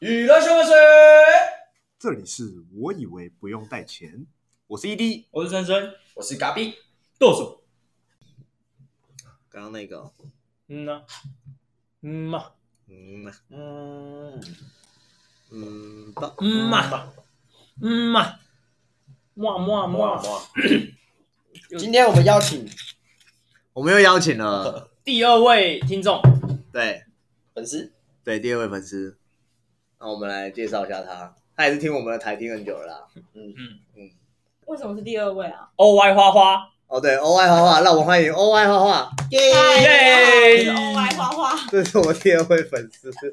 娱乐新闻水，这里是我以为不用带钱，我 E 是 ED。我是森森，我是嘎比。剁手。刚刚那个哦，嗯呐、嗯嘛，嗯嘛嗯嗯吧，嗯嘛，嗯嘛，哇哇哇！ 今天我们邀请，我们又邀 请了，第二位听众，对粉丝，对，第二位粉丝，那我们来介绍一下他，他也是听我们的台听很久了啦。嗯为什么是第二位啊？ ，O Y 花花，哦，对，O I 画画，让我们欢迎 O I 画画，耶！耶我是 OY 花花，这是我们第二位粉丝。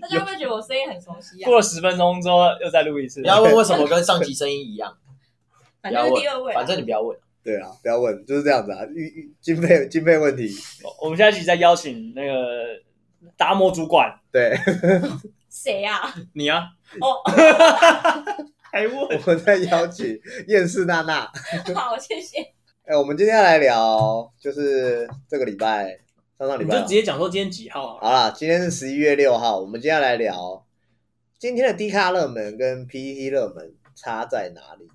大家会不会觉得我声音很熟悉啊过？了十分钟之后又再录一次不，要问为什么跟上集声音一 样，反正是第二位啊，反正你不要问。对啊，不要问，就是这样子啊，预预经费经费问题，我们下一集再邀请那个达摩主管对， 谁 啊？你啊，哦， 还问我们在邀请燕世娜娜。好，谢谢。哎，我们今天要来聊，就是这个礼拜，上上礼你拜就啊直接讲说今天几号啊？好啦，今天是十一月六号，我们今天来聊今天的 D 卡热门跟 PPT 热门差在哪里。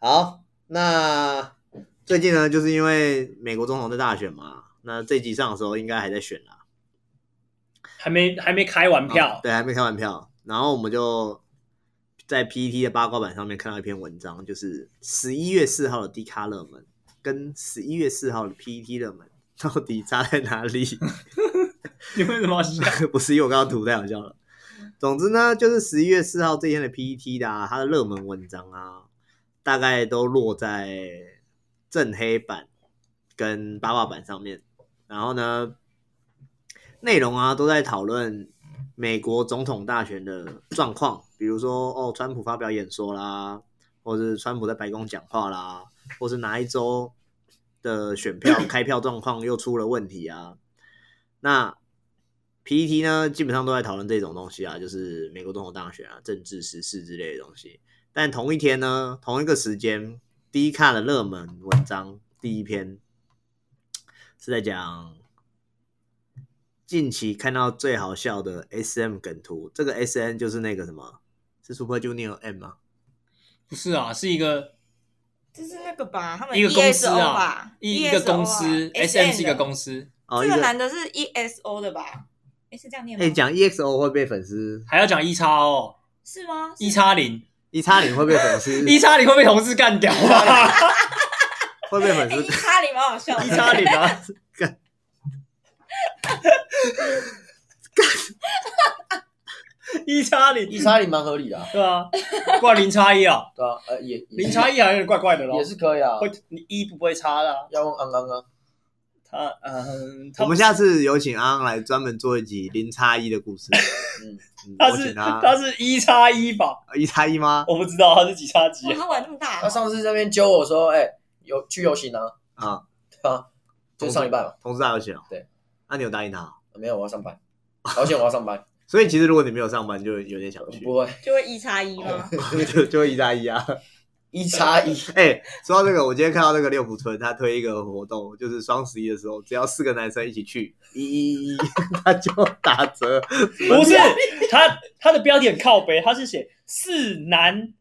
好，那最近呢，就是因为美国总统在大选嘛，那这集上的时候应该还在选啦，还没还没开完票，对，还没开完票。然后我们就在 PPT 的八卦版上面看到一篇文章，就是十一月四号的 D 卡热门跟十一月四号的 PPT 热门到底差在哪里？你为什么要笑？不是，因为我刚刚图太好笑了。总之呢，就是十一月四号这一天的 PET 的、啊，它的热门文章啊，大概都落在正黑板跟八卦板上面。然后呢，内容啊都在讨论美国总统大选的状况，比如说哦，川普发表演说啦，或是川普在白宫讲话啦，或是哪一周的选票开票状况又出了问题啊。那 PPT 呢，基本上都在讨论这种东西啊，就是美国总统大选啊、政治时事之类的东西。但同一天呢，同一个时间，第一看的热门文章第一篇是在讲近期看到最好笑的 SM 梗图。这个 SM 就是那个什么，是 Super Junior M 吗？ 不是啊，是一个就是那个吧，他一个公司 ESO 啊吧，一一个 ESO 公司啊，SM 是一个的公司，哦，一这个个男的是 ESO 的吧？哎，是这样念吗哎，？讲 EXO 会被粉丝，还要讲一叉哦，是吗？一叉零，一叉零会被粉 丝，一叉零会被同事干掉啊 吧？会被粉哎，丝一叉零蛮好笑的，一叉零啊，干一叉 零，一差零蛮合理的啊，对啊，不然零叉一啊，对啊，呃，也零叉一好像有点怪怪的咯。也是可以啊，会你一不会差的啊，要问安安啊，他嗯，他我们下次有请安安来专门做一集零差一的故事。嗯嗯，他我是请他他是一叉一吧？一差一吗？我不知道他是几叉几啊哇，，他玩那么大啊哦他，上次这边揪我说，哎，有去游行啊，啊，对啊，就是上礼拜嘛，同事大游行哦。对，那你有答应他哦？没有，我要上班，好险我要上 班，所以其实如果你没有上班，就有点想去，不会就会一叉一吗？哦 就就一差一啊。一差 一，哎，说到这个，我今天看到那个六福村他推一个活动，就是双十一的时候，只要四个男生一起去，一一一，他就打折。不是他他的标点靠背，他是写四男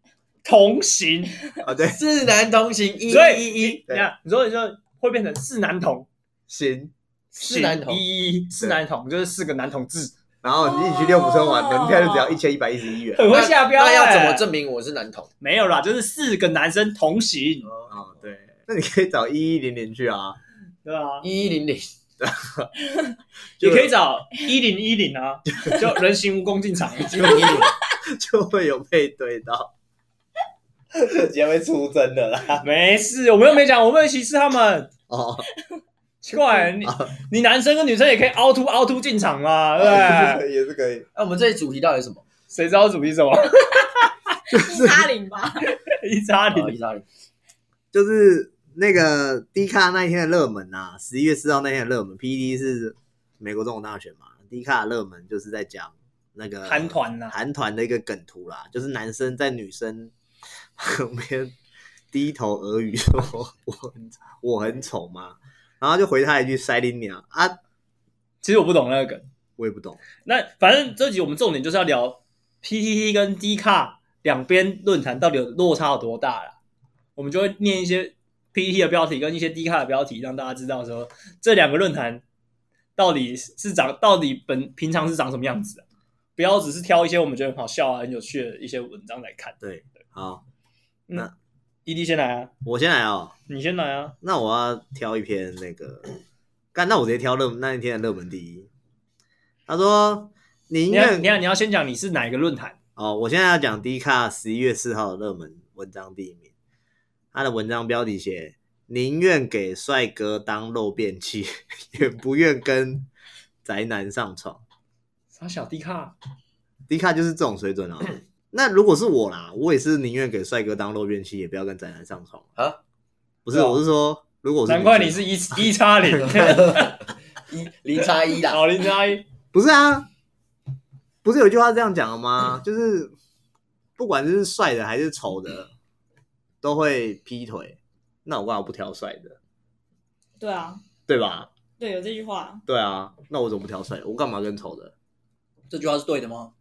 同行，啊，对，四男同行一所以一一，你看你说你说会变成四男同。行。四男同行一一一四男同就是四个男同志，然后你一起去六福村玩，哦门票就只要一千一百一十一 元。很会下标、那欸。要怎么？证明我是男同？没有啦，就是四个男生同行，哦，对，那你可以找一一零零去啊。对吧、一一零零，也可 以找一零一零啊，就人形蜈蚣进场。一零一 零。就会有配对到，这节会出征的啦。没事，我们又没讲，我们歧视他们。哦，奇怪，嗯你你男生跟女生也可以凹凸凹凸进哎场嘛，对 不对？也是可以。那我们这一主题到底是什么？谁知道主题什么？ 一叉零吧？一叉啊零意大利，就是那个 D 卡那一天的热门啊，十一月四号那天的热门，PED 是美国总统大选嘛，D 卡的热门就是在讲那个韩团啊呐，韩团的啊一个梗图啦，就是男生在女生旁边低头俄语说我很我很丑嘛，然后就回他一句塞琳娘啊，其实我不懂那个梗，我也不懂。那反正这集我们重点就是要聊 PTT 跟 D 卡两边论坛到底有落差有多大啦。我们就会念一些 PTT 的标题跟一些 D 卡的标题，让大家知道说这两个论坛到底是长到底本平常是长什么样子、啊。不要只是挑一些我们觉得很好笑啊、很有趣的一些文章来看。对，好， ED 先来啊，我先来哦。你先来啊。那我要挑一篇那个，干，那我直接挑热那一天的热门第一。他说：“你应你要该你要你要先讲你是哪一个论坛？哦，我现在要讲 D 卡十一月四号的热门文章第一名，他的文章标题写“宁愿给帅哥当肉便器， 也不愿跟宅男上床啥小 D 卡？”。 D 卡就是这种水准啊。嗯那如果是我啦，我也是宁愿给帅哥当肉便器，也不要跟宅男上床啊。不是，对啊我是说，如果我是难怪女你生是一一 叉零，一零差一啦，好零叉一。不是啊，不是有一句话这样讲的吗？就是不管是帅的还是丑的，都会劈腿。那我干嘛不挑帅的？对啊，对吧？对，有这句话，对啊，那我怎么不挑帅的？我干嘛跟丑的？这句话是对的吗？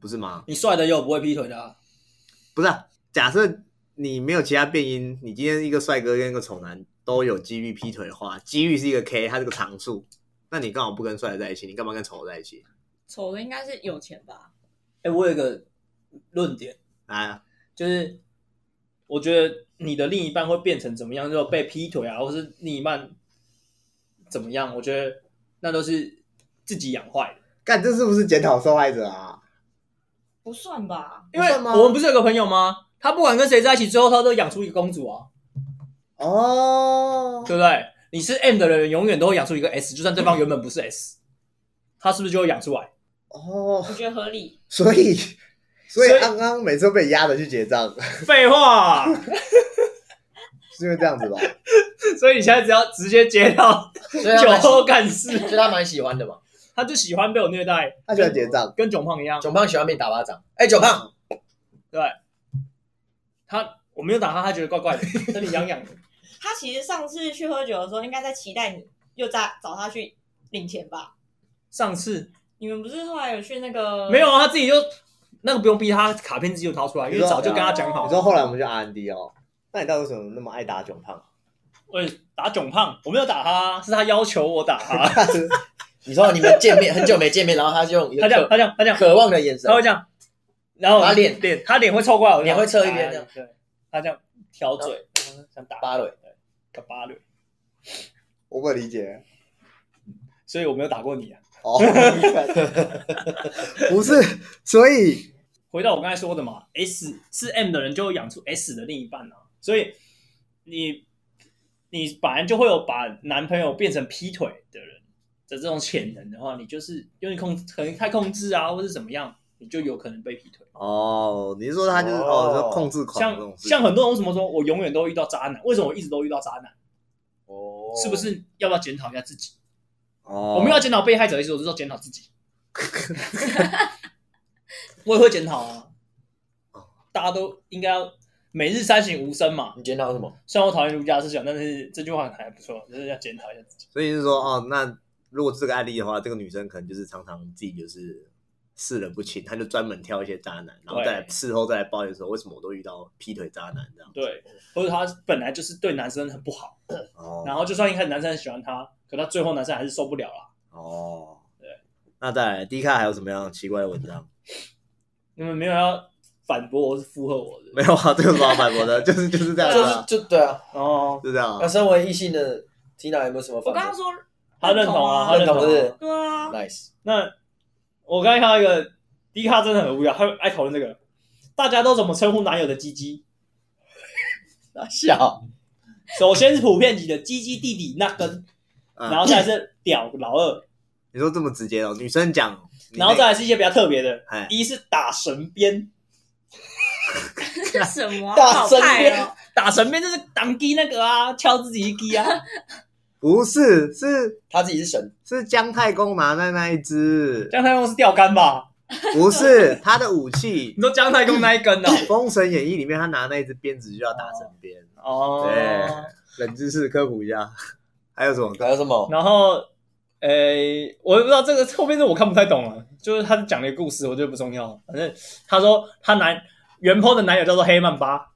不是吗？你帅的也有不会劈腿的、啊，不是啊、假设你没有其他变因，你今天一个帅哥跟一个丑男都有几率劈腿的话，几率是一个 K，它是个常数。那你干嘛不跟帅的在一起？你干嘛跟丑的在一起？丑的应该是有钱吧？哎、我有一个论点，啊，就是我觉得你的另一半会变成怎么样，就被劈腿啊，或是另一半怎么样，我觉得那都是自己养坏的。干这是不是检讨受害者啊？不算吧？因为不算吗我们不是有个朋友吗？他不管跟谁在一起，最后他都养出一个公主啊，哦，对不对？你是 M 的人，永远都会养出一个 S，就算对方原本不是 S，他是不是就会养出来？哦，我觉得合理。所以，所以所以安安每次都被压着去结账，废话，是因为这样子吧？ 所以你现在只要直接接到所啊以他酒蛮喜后干事，所以他蛮喜欢的嘛。他就喜欢被我虐待，他喜欢结账，跟囧胖一样。九胖喜欢被打巴掌，哎、九胖，他我没有打他，他觉得怪怪的，跟你痒痒的。他其实上次去喝酒的时候，应该在期待你又在找他去领钱吧？上次你们不是后来有去那个没有啊，他自己就那个不用逼他，卡片自己就掏出来，因为早就跟他讲好你。说后来我们就 R N D 哦，那你到底为什么那么爱打囧 胖？喂，打囧胖，我没有 打他，是他要求我打他。你说你们见面很久没见面，然后他就用一个他这样，渴他这样，他这样，渴望的眼神他，会这样，然后他脸脸，他脸会凑过来，我脸会侧一边这的样。对，他这样挑嘴，想打芭蕾，对，个芭蕾。我不理解所以我没有打过你啊。哦，不是，所以回到我刚才说的嘛，S 是 M 的人就会养出 S 的另一半啊，所以你你本来就会有把男朋友变成劈腿的人的这种潜能的话，你就是因为控可能太控制啊，或是怎么样，你就有可能被劈腿。哦，你是说他就是哦哦，说控制狂这像种事像很多人为什么说我永远都遇到渣男？为什么我一直都遇到渣男？哦是不？是要不要检讨一下自己？哦，我们要检讨被害者的意思，我是要检讨自 己。我也会检讨啊，大家都应该要每日三省吾身嘛。你检讨什么？虽然我讨厌儒家思想，但是这句话还不错，就是要检讨一下自己。所以是说哦，那如果是这个案例的话，这个女生可能就是常常自己就是。视人不清，她就专门挑一些渣男，然后再来对事后再来抱怨说为什么我都遇到劈腿渣男这样。对，或者他本来就是对男生很不好，哦，然后就算一开始男生很喜欢他，可他最后男生还是受不了啦。哦，对。那再来，D 卡还有什么样奇怪的文章？你们没有要反驳我，是附和我的没有啊，这个是老反驳 的，就是就是这样子、就是啊，就对啊。哦。就这样、那啊。身为异性的 Tina 有没有什么我反刚刚驳说他认同啊，他认同啊是不是对啊， ？Nice，那我刚才看到一个 D 卡真的很无聊，他爱讨论这个，大家都怎么称呼男友的鸡鸡？啊那笑，首先是普遍级的鸡鸡弟弟那根，嗯然后再来是屌老二，你说这么直接哦，女生讲，你那然后再来是一些比较特别的，哎，一是打神鞭，什么啊大好声派点哦？打神鞭就是挡击那个啊，敲自己一击啊。 不是，是他自己是神，是姜太公拿的那一只，姜太公是钓竿吧？不是他的武器。你说姜太公那一根哦？ 《封神演义》里面他拿那一只鞭子就叫打神鞭。哦对，冷知识科普一下，还有什么？还有什么？然后诶，我也不知道这个后面是我看不太懂了，就是他讲的一个故事，我觉得不重要。反正他说他男原 po 的男友叫做黑曼巴，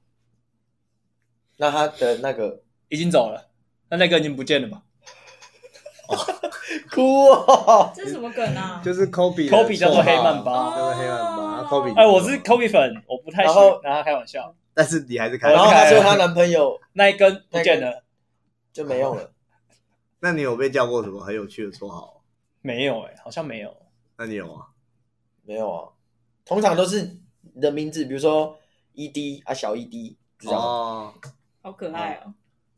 那他的那个已经走了，那那个已经不见了吧？哭哦，这是什么梗啊？就是 Kobe 的 Kobe 叫做绰号黑曼巴叫做黑曼巴啊哦，Kobe。哎，我是 Kobe 粉，我不太喜然欢后拿他开玩笑。但是你还是开 然后了。她说她男朋友那一根不见了，就没用 了，那你有被叫过什么很有趣的绰号？没有哎，好像没有。那你有吗？没有啊。通常都是你的名字，比如说 ED 啊，小 ED 这样。哦，好可爱哦！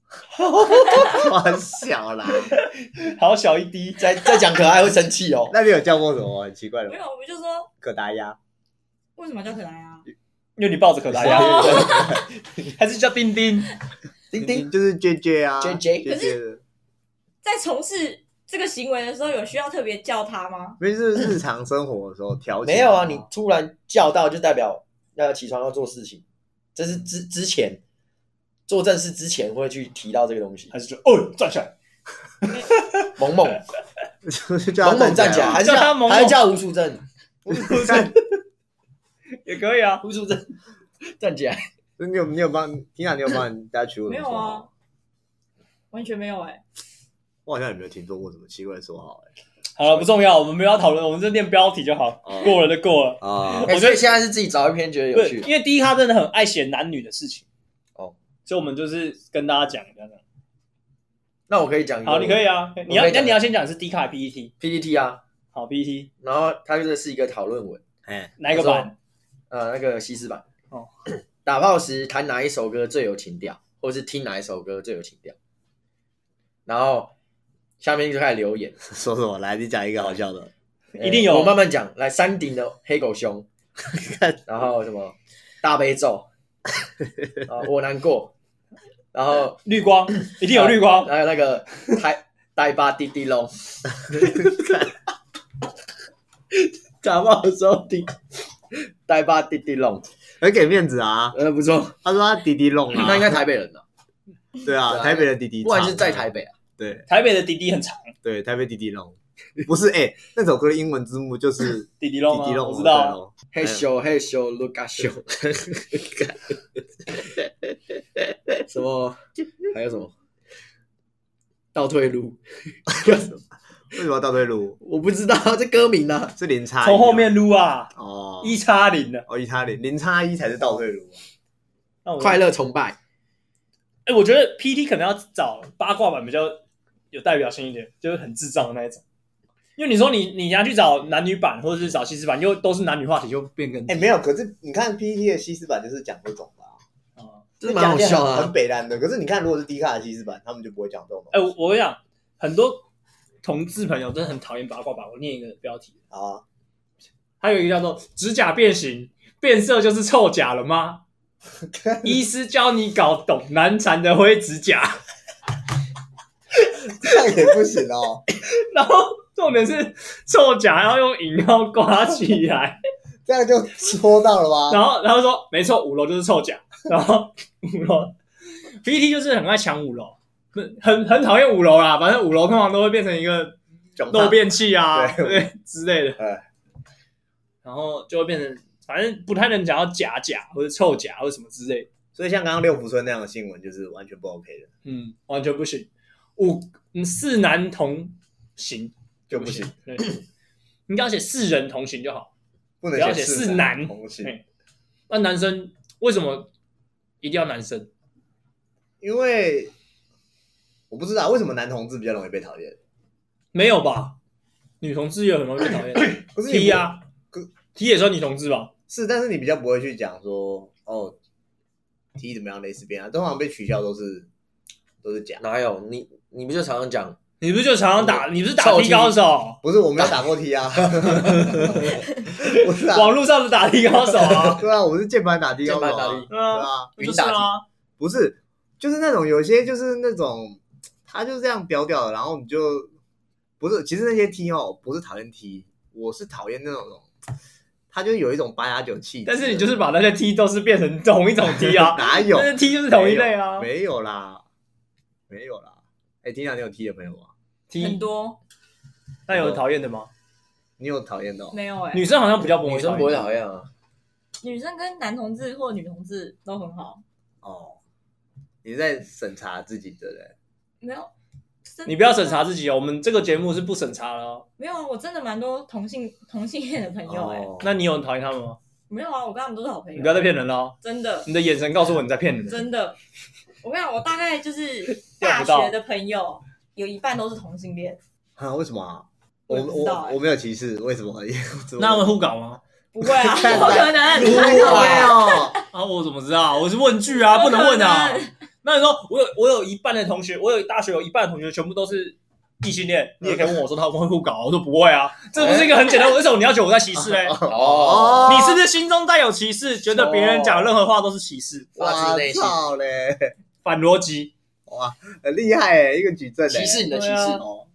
很小啦。好小一滴，再再讲可爱会生气 哦。那你有叫过什么很奇怪的嗯没吗？有，我们就说可达鸭，为什么叫可爱啊？因为你抱着可达鸭，还是叫丁丁？丁丁，就是 JJ 啊 JJ 的可在从事这个行为的时候，有需要特别叫他吗？没事，日常生活的时候调节没有啊，你突然叫到就代表要起床要做事情，这是之之前做正事之前会去提到这个东 西还。是就哦站 起来？萌萌 就是叫萌他萌站起来，还是啊叫他萌萌还是叫吴淑珍？站也可以啊。吴淑珍站起来，你有你有帮缇娜，你有帮人家取过没什么有绰号？啊，完全没有哎、我好像也没有听说过什么奇怪的绰号哎。好了，不重要，我们不要讨论，我们就念标题就好哦，过了就过了。 啊我觉得哎现在是自己找一篇觉得有对，趣因。为第一他真的很爱写男女的事情哦，所以我们就是跟大家讲一下这样。那我可以讲一个，好，你可以啊，你要我可以那讲你要先讲是 D 卡 PPT， PPT 啊，好 PPT 然后它这是一个讨论文， 哎哪一个版？呃，那个西施版。哦，打炮时弹哪一首歌最有情调，或是听哪一首歌最有情调？然后下面就开始留言，说什么？来，你讲一个好笑的。一定有呃我慢慢讲。来，山顶的黑狗 熊，然后什么大悲咒， 啊，我难过，然后绿光，一定有绿光。还有那个呆呆巴滴滴 龙，打炮的时候滴呆巴滴滴龙，很给面子啊！呃，不错，他说他弟弟弄啊，那应该台北人了，对啊，对啊台北的弟弟，不然就是在台，北啊，对台北的迪迪很长，对，台北弟弟弄，不是哎，那首歌的英文字幕就是弟迪迪龙弟啊，弄，我知道啊。嘿咻嘿咻，look at you，什么还有什么倒退路，对哦。为什么要倒退路？我不知道这歌名啊。是零差一哦从后面撸啊，哦，一叉零的。哦一差零零差一才是倒退路啊。那我快乐崇拜，哎、我觉得 PT 可能要找八卦版比较有代表性一点，就是很智障的那一种。因为你说你你要去找男女版或者是找西施版，又都是男女话题，就变更哎，没有，可是你看 PPT 的西斯版就是讲这种的啊，啊这蛮好笑讲一些很啊很。北烂的。可是你看，如果是低卡的西斯版，他们就不会讲这种哎、东西我我跟你讲，很多同志朋友真的很讨厌八卦版。我念一个标题，啊。还有一个叫做“指甲变形变色就是臭甲了吗？” 医师教你搞懂难缠的灰指甲。这样也不行哦。 然后重点是臭甲要用饮料刮起来，这样就戳到了吧？然后然后说没错，五楼就是臭甲，然后五楼 PPT 就是很爱抢五楼，不很很讨厌五楼啦，反正五楼通常都会变成一个囧漏便器啊，对对之类的哎，然后就会变成反正不太能讲到假假或者臭甲或者什么之类的，所以像刚刚六福村那样的新闻，就是完全不 OK 的，嗯，完全不行，五嗯四男同行就不行，，对，你只要写四人同行就好。不不要能写是是男同性，嘿那男生为什么一定要男生？因为我不知道为什么男同志比较容易被讨厌，没有吧？女同志有很容易被讨 厌可是你？T 啊可，T 也算女同志吧？是，但是你比较不会去讲说哦，T 怎么样类似变啊，通常被取笑都是都是假，哪有你？你不就常常讲你不是就常常打？你不是打少 T 高手？不是我没有打过 T 啊，我是打网络上的打 T 高手 啊？对啊，我是键盘打 T 高手键盘打啊， T 对对啊，啊，就是啊。不是，就是那种有些就是那种，他就这样飙掉了，然后你就不是，其实那些 T 哦，不是讨厌 T，我是讨厌那种，他就有一种八加九气质。，但是你就是把那些 T 都是变成同一种 T 啊哪有那些 T 就是同一类啊。没有啦，没有啦。哎，听讲你有 T 的朋友吗？ T 很多那有人讨厌的吗？你有讨厌的、哦？没有哎、女生好像比较不会女生不会讨厌啊，女生跟男同志或女同志都很好，哦，你在审查自己的人，没有。真你不要审查自己哦，我们这个节目是不审查的哦。没有，啊我真的蛮多同性 同性恋的朋友哎、哦，那你有人讨厌他们吗？没有啊，我跟他们都是好朋友。你不要再骗人了哦，真的你的眼神告诉我你在骗人。真的，我跟你讲，我大概就是 钓大不到学的朋友有一半都是同性恋，啊，为什么啊？我我也不知道我欸我没有歧视，为什么？怎么 那他 们互搞吗？不 会啊，看怎么可能？不会哦，啊，我怎么知道？我是问句啊，不能问啊。那你说，我有我有一半的同学，我有大学有一半的同学全部都是异性恋，你也可以问我说他们会不会搞啊，我说不会啊，这不是一个很简单，为什么你要觉得我在歧视嘞？哦，你是不是心中带有歧视，觉得别人讲任何话都是歧视？发自内心哇操嘞，反逻辑，很厉害哎，一个矩阵欸歧视你的歧对视啊哦。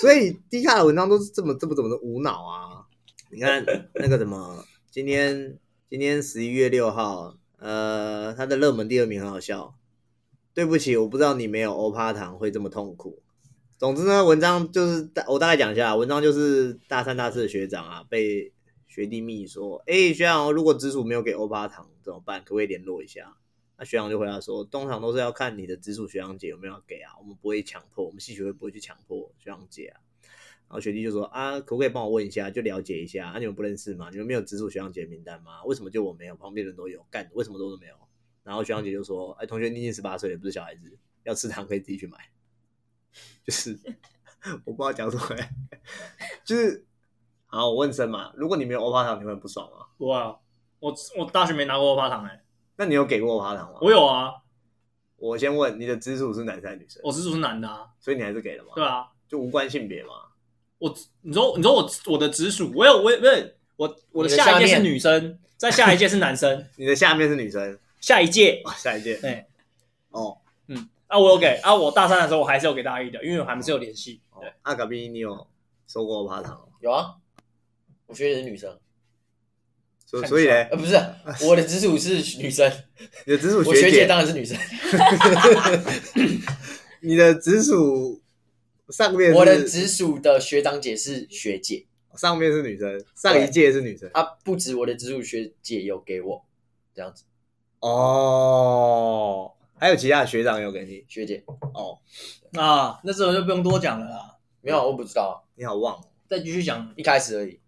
所以低卡的文章都是这么这么这么的无脑啊！你看那个什么， 今天今天十一月六号，呃，他的热门第二名很好笑。对不起，我不知道你没有欧趴糖会这么痛苦。总之呢，文章就是大我大概讲一下，文章就是大三大四的学长啊，被学弟密说，哎、学长，如果直属没有给欧趴糖怎么办？可不可以联络一下？那学长就回答说，通常都是要看你的直属学长姐有没有要给啊，我们不会强迫，我们系学会不会去强迫学长姐啊。然后学弟就说啊，可不可以帮我问一下，就了解一下啊？你们不认识吗？你们没有直属学长姐名单吗？为什么就我没有？旁边人都有，干为什么都没有？然后学长姐就说，哎，同学，你已经十八岁了，不是小孩子，要吃糖可以自己去买。就是 我不知道讲什么、欸，就是好，我问生嘛，如果你没有欧巴糖，你会很不爽吗？哇！啊我我大学没拿过欧巴糖哎、那你有给过欧巴糖吗？我有啊，我先问你的直属是男生还是女生？我是属是男的啊，所以你还是给了吗？对啊。就无关性别嘛。你说你说我我的直属，我有我有不是我我的下一届是女生，在下一届是男生，你的下面是女生，下一届哇，下一届，对哦，啊我有给啊，我大三的时候我还是有给大一的，因为我还是有联系。哦阿卡比，你有收过欧巴糖哦？有啊，我学姐是女生，所看所以一下嘞，呃，不是我的直属是女生，你的直属我学姐姐，当然是女生，你的直属上面我的是直属的学长姐是学姐，上面是女生，上一届是女生啊，不止我的直属学姐有给我这样子，哦，还有其他的学长有给你学姐哦，啊，那这个就不用多讲了啦，没有，我不知道，啊你好忘哦，再继续讲。一开始而已，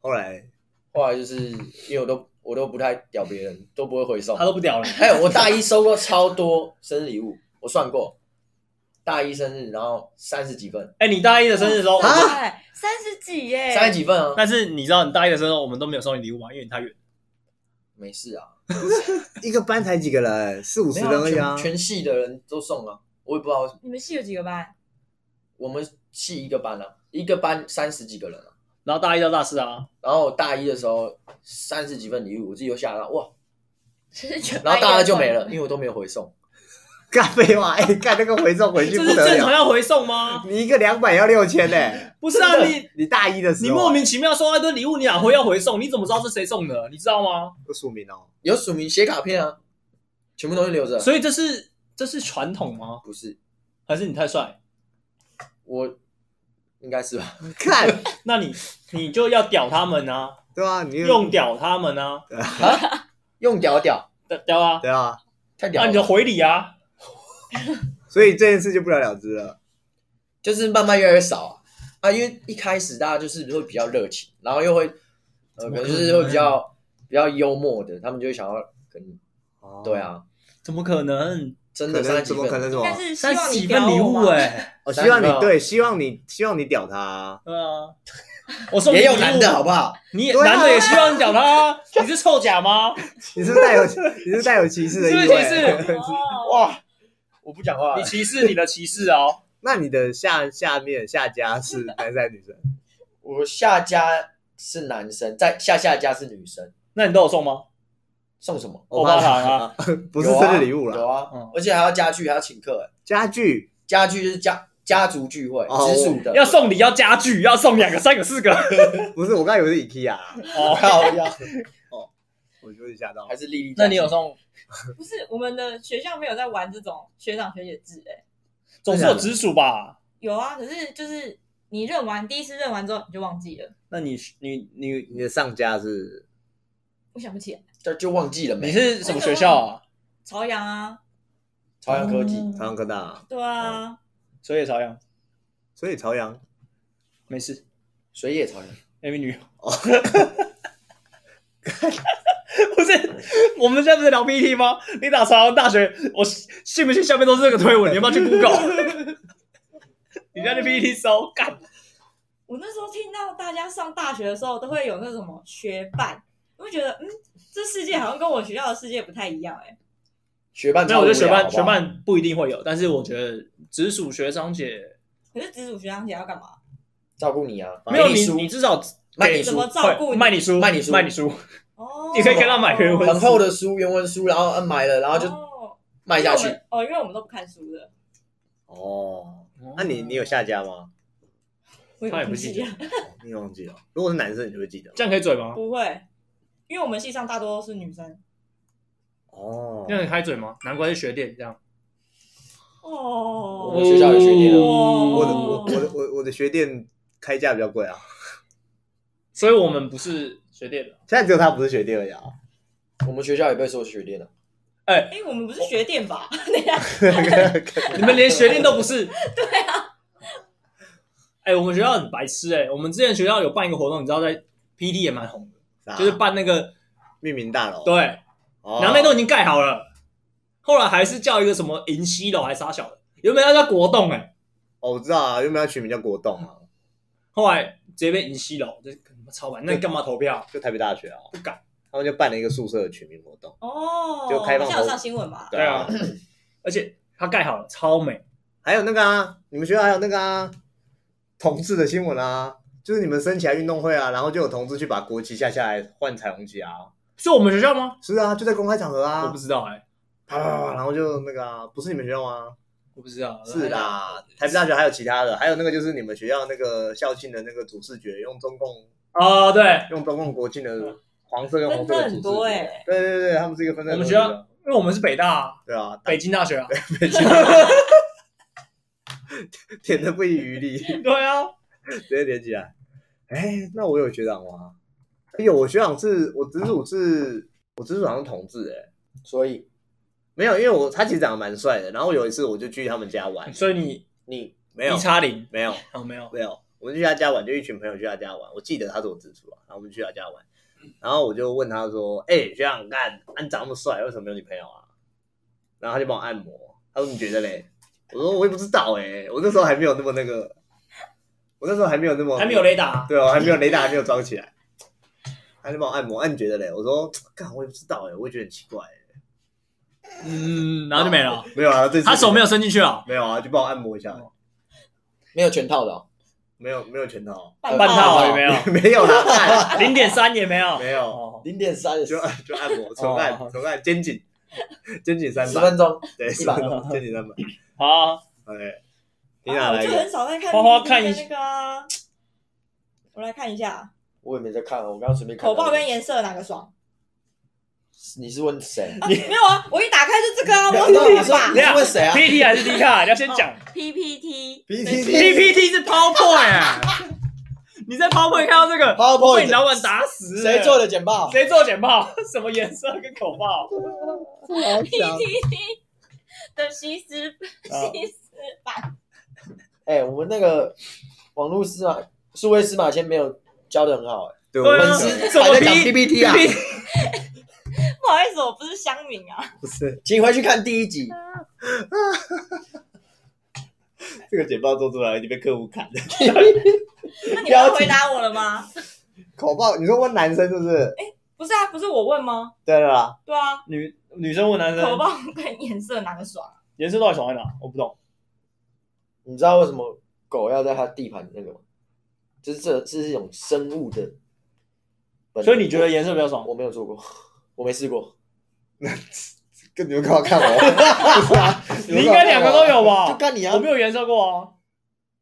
后来后来就是因为我都我都不太屌别人，都不会回送他，都不屌了，还有我大一收过超多生日礼物，我算过，大一生日然后三十几份，哎、你大一的生日的时候，很啊快，三十几耶，三十几份啊，但是你知道你大一的生日我们都没有送你礼物嘛，因为你太远。没事啊，一个班才几个人，四五十没有啊人而已全啊，全系的人都送啊，我也不知道为什么。你们系有几个班？我们系一个班啊，一个班三十几个人啊。然后大一到大四啊，然后我大一的时候三十几份礼物，我自己就吓到哇，然然后大二就没了，因为我都没有回送。干废话，哎，干那个回送回去这不是得正常了，要回送吗？你一个两百要六千呢，不是啊，真的你你大一的时候，啊你莫名其妙收到一堆礼物，你哪会要回送？你怎么知道是谁送的？你知道吗？有署名哦，有署名写卡片啊，全部东西留着。啊所以这是这是传统吗？不是还是你太帅？我，应该是吧？看，那你你就要屌他们啊，对啊，你就用屌他们啊，用屌屌屌屌 啊，对啊，太那、屌你就了，回礼啊。所以这件事就不了了之了。就是慢慢越来越少啊啊！因为一开始大家就是会比较热情，然后又会呃，怎可么能可就能是会比较比较幽默的，他们就会想要跟哦对，啊，怎么可能？真可的三能十怎几么可份，能什但么？是希三望十你几份礼物哎、哎、 我希望三十你个对，希望你希望你屌他啊，对啊，我送你也有礼物男的好不好？你也对啊男的也希望你屌他 啊，你是臭甲吗？你是不是带有你是不是带有歧视的意是味？不是歧视哦，哇，我不讲话你了，歧视你的歧视哦。那你的下下面下家是男生还是女生？我下家是男生，在下下家是女生，那你都有送吗？送什么？欧巴糖啊，不是生日礼物有啦，啊，嗯而且还要家具，还要请客，哎家具家具就是家家族聚会，哦直属的要送礼要家具，要送两个、三个、四个。不是我刚才以为是 IKEA，哦，靠呀，我就是吓到还。是丽丽？ 那你有？送？不是我们的学校没有在玩这种学长学姐制哎、总是有直属吧？有啊，可是就是你认完第一次认完之后你就忘记了，那你你你你的上家是我想不起来。就就忘记了你没？是什么学校啊？朝阳啊，朝阳科技，嗯朝阳科大，对啊，所以朝阳所以朝阳没事水野朝阳， ，AV 女友。哦 不是，我们现在不是聊 PPT 吗？你打朝阳大学，我信不信下面都是这个推文？你要不要去 Google？你在那 PPT 搜干？我那时候听到大家上大学的时候都会有那什么学伴，我就觉得嗯，这世界好像跟我学校的世界不太一样哎、学伴那我觉得超学无聊伴啊好不学好伴不一定会有，但是我觉得直属学长姐可是直属学长姐要干嘛？照顾你啊，没有买你，书你至少卖你怎书么，照顾会你？卖你书，卖你书卖你书，哦，你可以跟他买原文很厚的书，原文书，然后嗯买了，然后就哦卖下去因为。我们哦，因为我们都不看书的，哦，那你你有下家吗？我他也不不记记得啊，哦你忘记了？如果是男生，你就会记得吗。 这样可以嘴吗？不会，因为我们系上大多都是女生。 哦这，样可以开嘴吗？难怪是学电这样。我哦们学校有学电啊哦我的我我的我我的学店开价比较贵啊，所以我们不是学电的。现在只有他不是学店而已啊。我们学校也被说学电了，哎，哎、我们不是学电吧？对呀，你们连学电都不是？ 对啊。哎，我们学校很白痴哎、我们之前学校有办一个活动，你知道在 PT 也蛮红的，啥就是办那个命名大楼，对，啊哦，然后那栋已经盖好了，后来还是叫一个什么银溪楼还是啥小的，原本要叫国栋哎、哦，我知道啊，原本要取名叫国栋啊，后来直接被银溪楼，这他妈超白，那你干嘛投票？就台北大学啊，不敢。他们就办了一个宿舍的取名活动，哦，就开放好像有上新闻嘛？对啊， 而且它盖好了，超美。还有那个啊，你们学校还有那个啊，同志的新闻啊，就是你们升旗来运动会啊，然后就有同志去把国旗下下来换彩虹旗啊，是我们学校吗？是啊，就在公开场合我啊不，知道哎、啪啪啪，然后就那个啊，不是你们学校吗？我不知道。是啦，台北大学还有其他的，还有那个就是你们学校那个校庆的那个主视觉，用中共哦，对，用中共国庆的黄色跟红真色的主的很视多哎、觉，对对对，他们是一个分散我们的学组织校啊，因为我们是北大啊、对啊， 北京大学啊。舔的不遗余力。 对啊，直接连起来。哎、那我有学长吗？哎呦，我学长是我直属是，我直属好像同志哎、所以没有，因为我他其实长得蛮帅的。然后有一次我就去他们家玩，所以你你没有一差零没有哦，没有。没有，我们去他家玩，就一群朋友去他家玩。我记得他是我直属啊，然后我们去他家玩，然后我就问他说：“哎、学长，干，啊你长那么帅，为什么没有女朋友啊？”然后他就帮我按摩，他说：“你觉得嘞？”我说：“我也不知道哎、我那时候还没有那么那个，我那时候还没有那么还没有雷达，对哦，还没有雷达还没有装起来，还在帮我按摩，按、你觉得嘞？我说，干，我也不知道哎，我也觉得很奇怪哎。嗯，然后就没了。没有啊，这次他手没有伸进去啊，没有啊，就帮我按摩一下，没有全套的哦，没有没有全套，半半套啊也没有， 没有啦，干零点三也没有，没有，哦，零点三就 十就按摩，重按哦重按肩颈，肩颈三百分，钟，对，十一分百钟肩颈三百好啊， ，OK，你啊哪我来就的？很少在看花花 PPT 看一的那个啊。我来看一下我也没在看啊，我刚刚随便看到口的。爆跟颜色哪个爽？你是问谁？啊，没有啊，我一打开就这个啊，我没有有什么你说看你法是问谁啊 PPT 还是 D 卡？你要先讲。 ？PPT PPT PPT 是 PowerPoint，哎你在 PowerPoint 看到这个 PowerPoint 被你老板打死，谁做的简报？谁做简报？ 什么颜色跟口报？好想 PPT 的西施西施 版，哎，我们那个网络司马数位司马迁没有教的很好哎，对，对我啊们粉丝什么还在讲 P- PPT 啊？不好意思，我不是乡民 啊。不是请回去看第一集，这个简报做出来已经被客户砍了，那你们回答我了吗？口爆，你说问男生是不是？哎不是啊，不是我问吗？对了啦，对啊，女女生问男口生，爆跟颜色哪个爽？啊颜色到底爽在哪？我不懂。你知道为什么狗要在它地盘那个吗？就是这这是一种生物的本能，所以你觉得颜色比较爽？我没有做过，我没试过，跟你们刚好看我，不是啊 你应该两个都有吧？就看你啊我没有颜色过啊，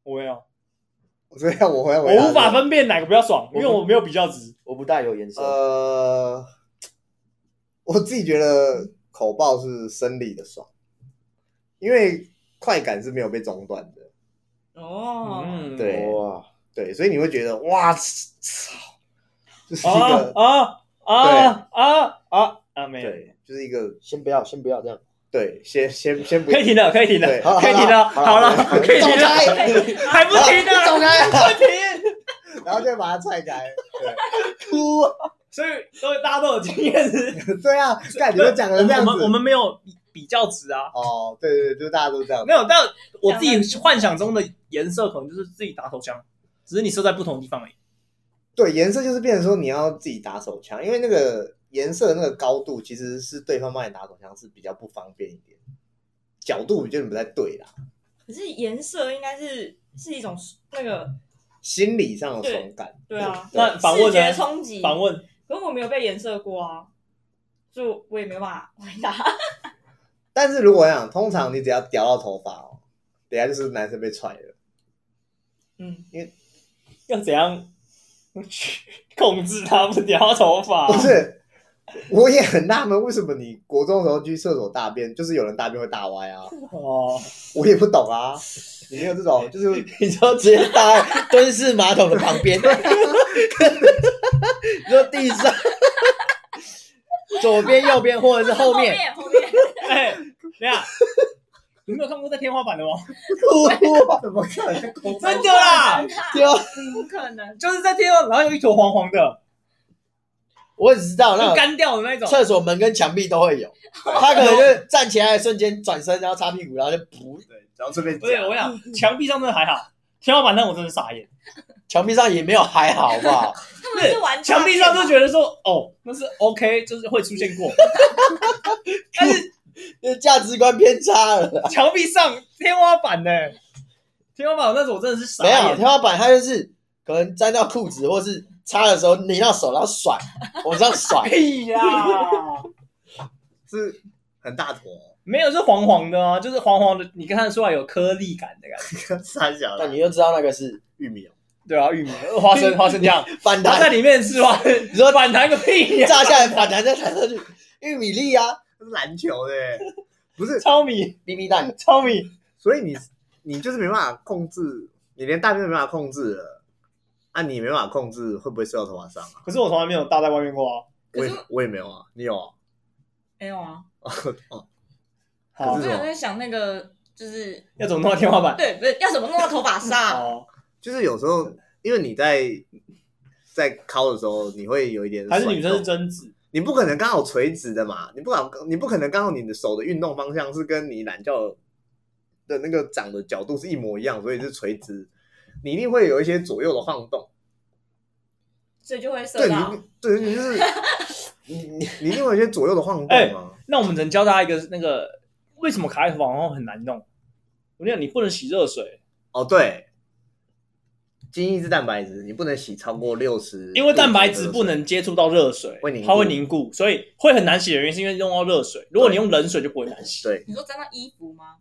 我没有，所以要我回来回答我无法分辨哪个比较爽，因为我没有比较值。我不带有颜色。呃，我自己觉得口爆是生理的爽，因为快感是没有被中断的。哦，嗯，对哇，对，所以你会觉得哇，操，就是一啊个、啊啊啊啊啊！没有，对，就是一个先不要，先不要这样。对，先先先不可以停了，可以停了对，好可以停了，好了，可以走停了，开，还不停呢，走开，不停。 然后就把它踹开，对，哭，所以都大家都有经验是不是，对 啊，干你都讲我成这们样我们我子，们没有比比较值啊，哦，对对，对就大家都这样没，有。但我自己幻想中的颜色可能就是自己打手枪，只是你射在不同地方而已。对，颜色就是变成说你要自己打手枪，因为那个颜色那个高度其实是对方帮你打手枪是比较不方便一点，角度有点不太对啦，可是颜色应该是是一种那个心理上的爽感，对啊，那反问视觉呢？冲嗯击。反问，可是我没有被颜色过啊，所以我我也没办法回答。但是如果我想，通常你只要屌到头发哦，等一下就是男生被踹了。嗯，要怎样去控制他不掉头发？不是，我也很纳闷，为什么你国中的时候去厕所大便，就是有人大便会大歪啊？哦，我也不懂啊，你没有这种，就是你就直接搭在蹲式马桶的旁边， 你说地上，左边、右边或者是后面，后面哎，等一下，你没有看过在天花 板的吗？哭，怎么可能？真的 啦，丢。不可能，就是在天花板，然后有一坨黄黄的，我只知道那就种干掉的那种。厕所门跟墙壁都会有，他可能就是站起来的瞬间转身，然后擦屁股，然后就噗，对，然后顺便不是，讲我想墙壁上真的还好，天花板上我真的傻眼。墙壁上也没有还好，好不好？他们是 玩墙壁上就得觉得说，哦，那是 OK，就是会出现过。但是这价值观偏差了啦。 墙壁上天花板呢、天花板那时候我真的是傻没有天眼。。花板，它就是可能沾到裤子，或是擦的时候拧到手，然后甩往上甩 屁哎呀！是很大坨，没有，是黄黄的啊，就是黄黄的，你看得出来有颗粒感的感觉。三小那你的就知道那个是玉米哦，对啊，玉米、花生、花生酱， 反 它在弹，里面吃花生， 你说反弹个屁呀、炸下来反弹再弹上去，玉米粒啊，那是篮球的耶，不是，糙米， BB 蛋，糙米，所以你你就是没办法控制，你连大便都没办法控制了，啊，你没办法控制会不会射到头发上啊？可是我从来没有搭在外面过啊。我可也是我也没有啊，你有啊？没有啊，哦，好我可是没什有么在想那个就是要怎么弄到天花板？对，不是要怎么弄到头发 上？哦，就是有时候因为你在在敲的时候，你会有一点啊还是女生是甩动贞子？你不可能刚好垂直的嘛，你不敢，你不可能刚好你的手的运动方向是跟你懒觉的那个长的角度是一模一样，所以是垂直，你一定会有一些左右的晃动。所以就会射对，到你对，你就是你你你一定会有一些左右的晃动 哎啊。那我们只能教大家一个那个为什么卡在头发然后很难弄。我跟你讲，你不能洗热水，哦，对，精益是蛋白质，你不能洗超过六十，因为蛋白质不能接触到热水会凝，固它会凝固，所以会很难洗的原因是因为用到热水。如果你用冷水就不会难洗。对你说沾到衣服吗？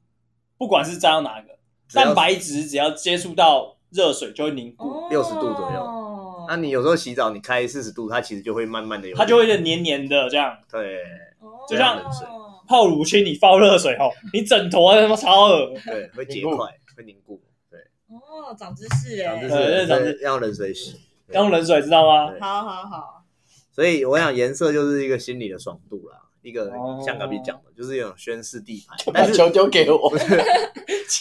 不管是沾到哪个只要蛋白质，只要接触到热水就会凝固，哦， 60度左右右那、啊你有时候洗澡，你开四十度，它其实就会慢慢的有，它就会有点黏黏的这样。对就像冷水泡乳清你泡热水后，你整坨他妈超恶。对，会结凝固块，会凝固，对，哦，长知识然后哎就，对是这是对要冷水洗。要用冷水知道吗？对好好好，所以我想颜色就是一个心理的爽度啦，一个哦像刚比讲的，就是一种宣示地盘。把但是球丢给我。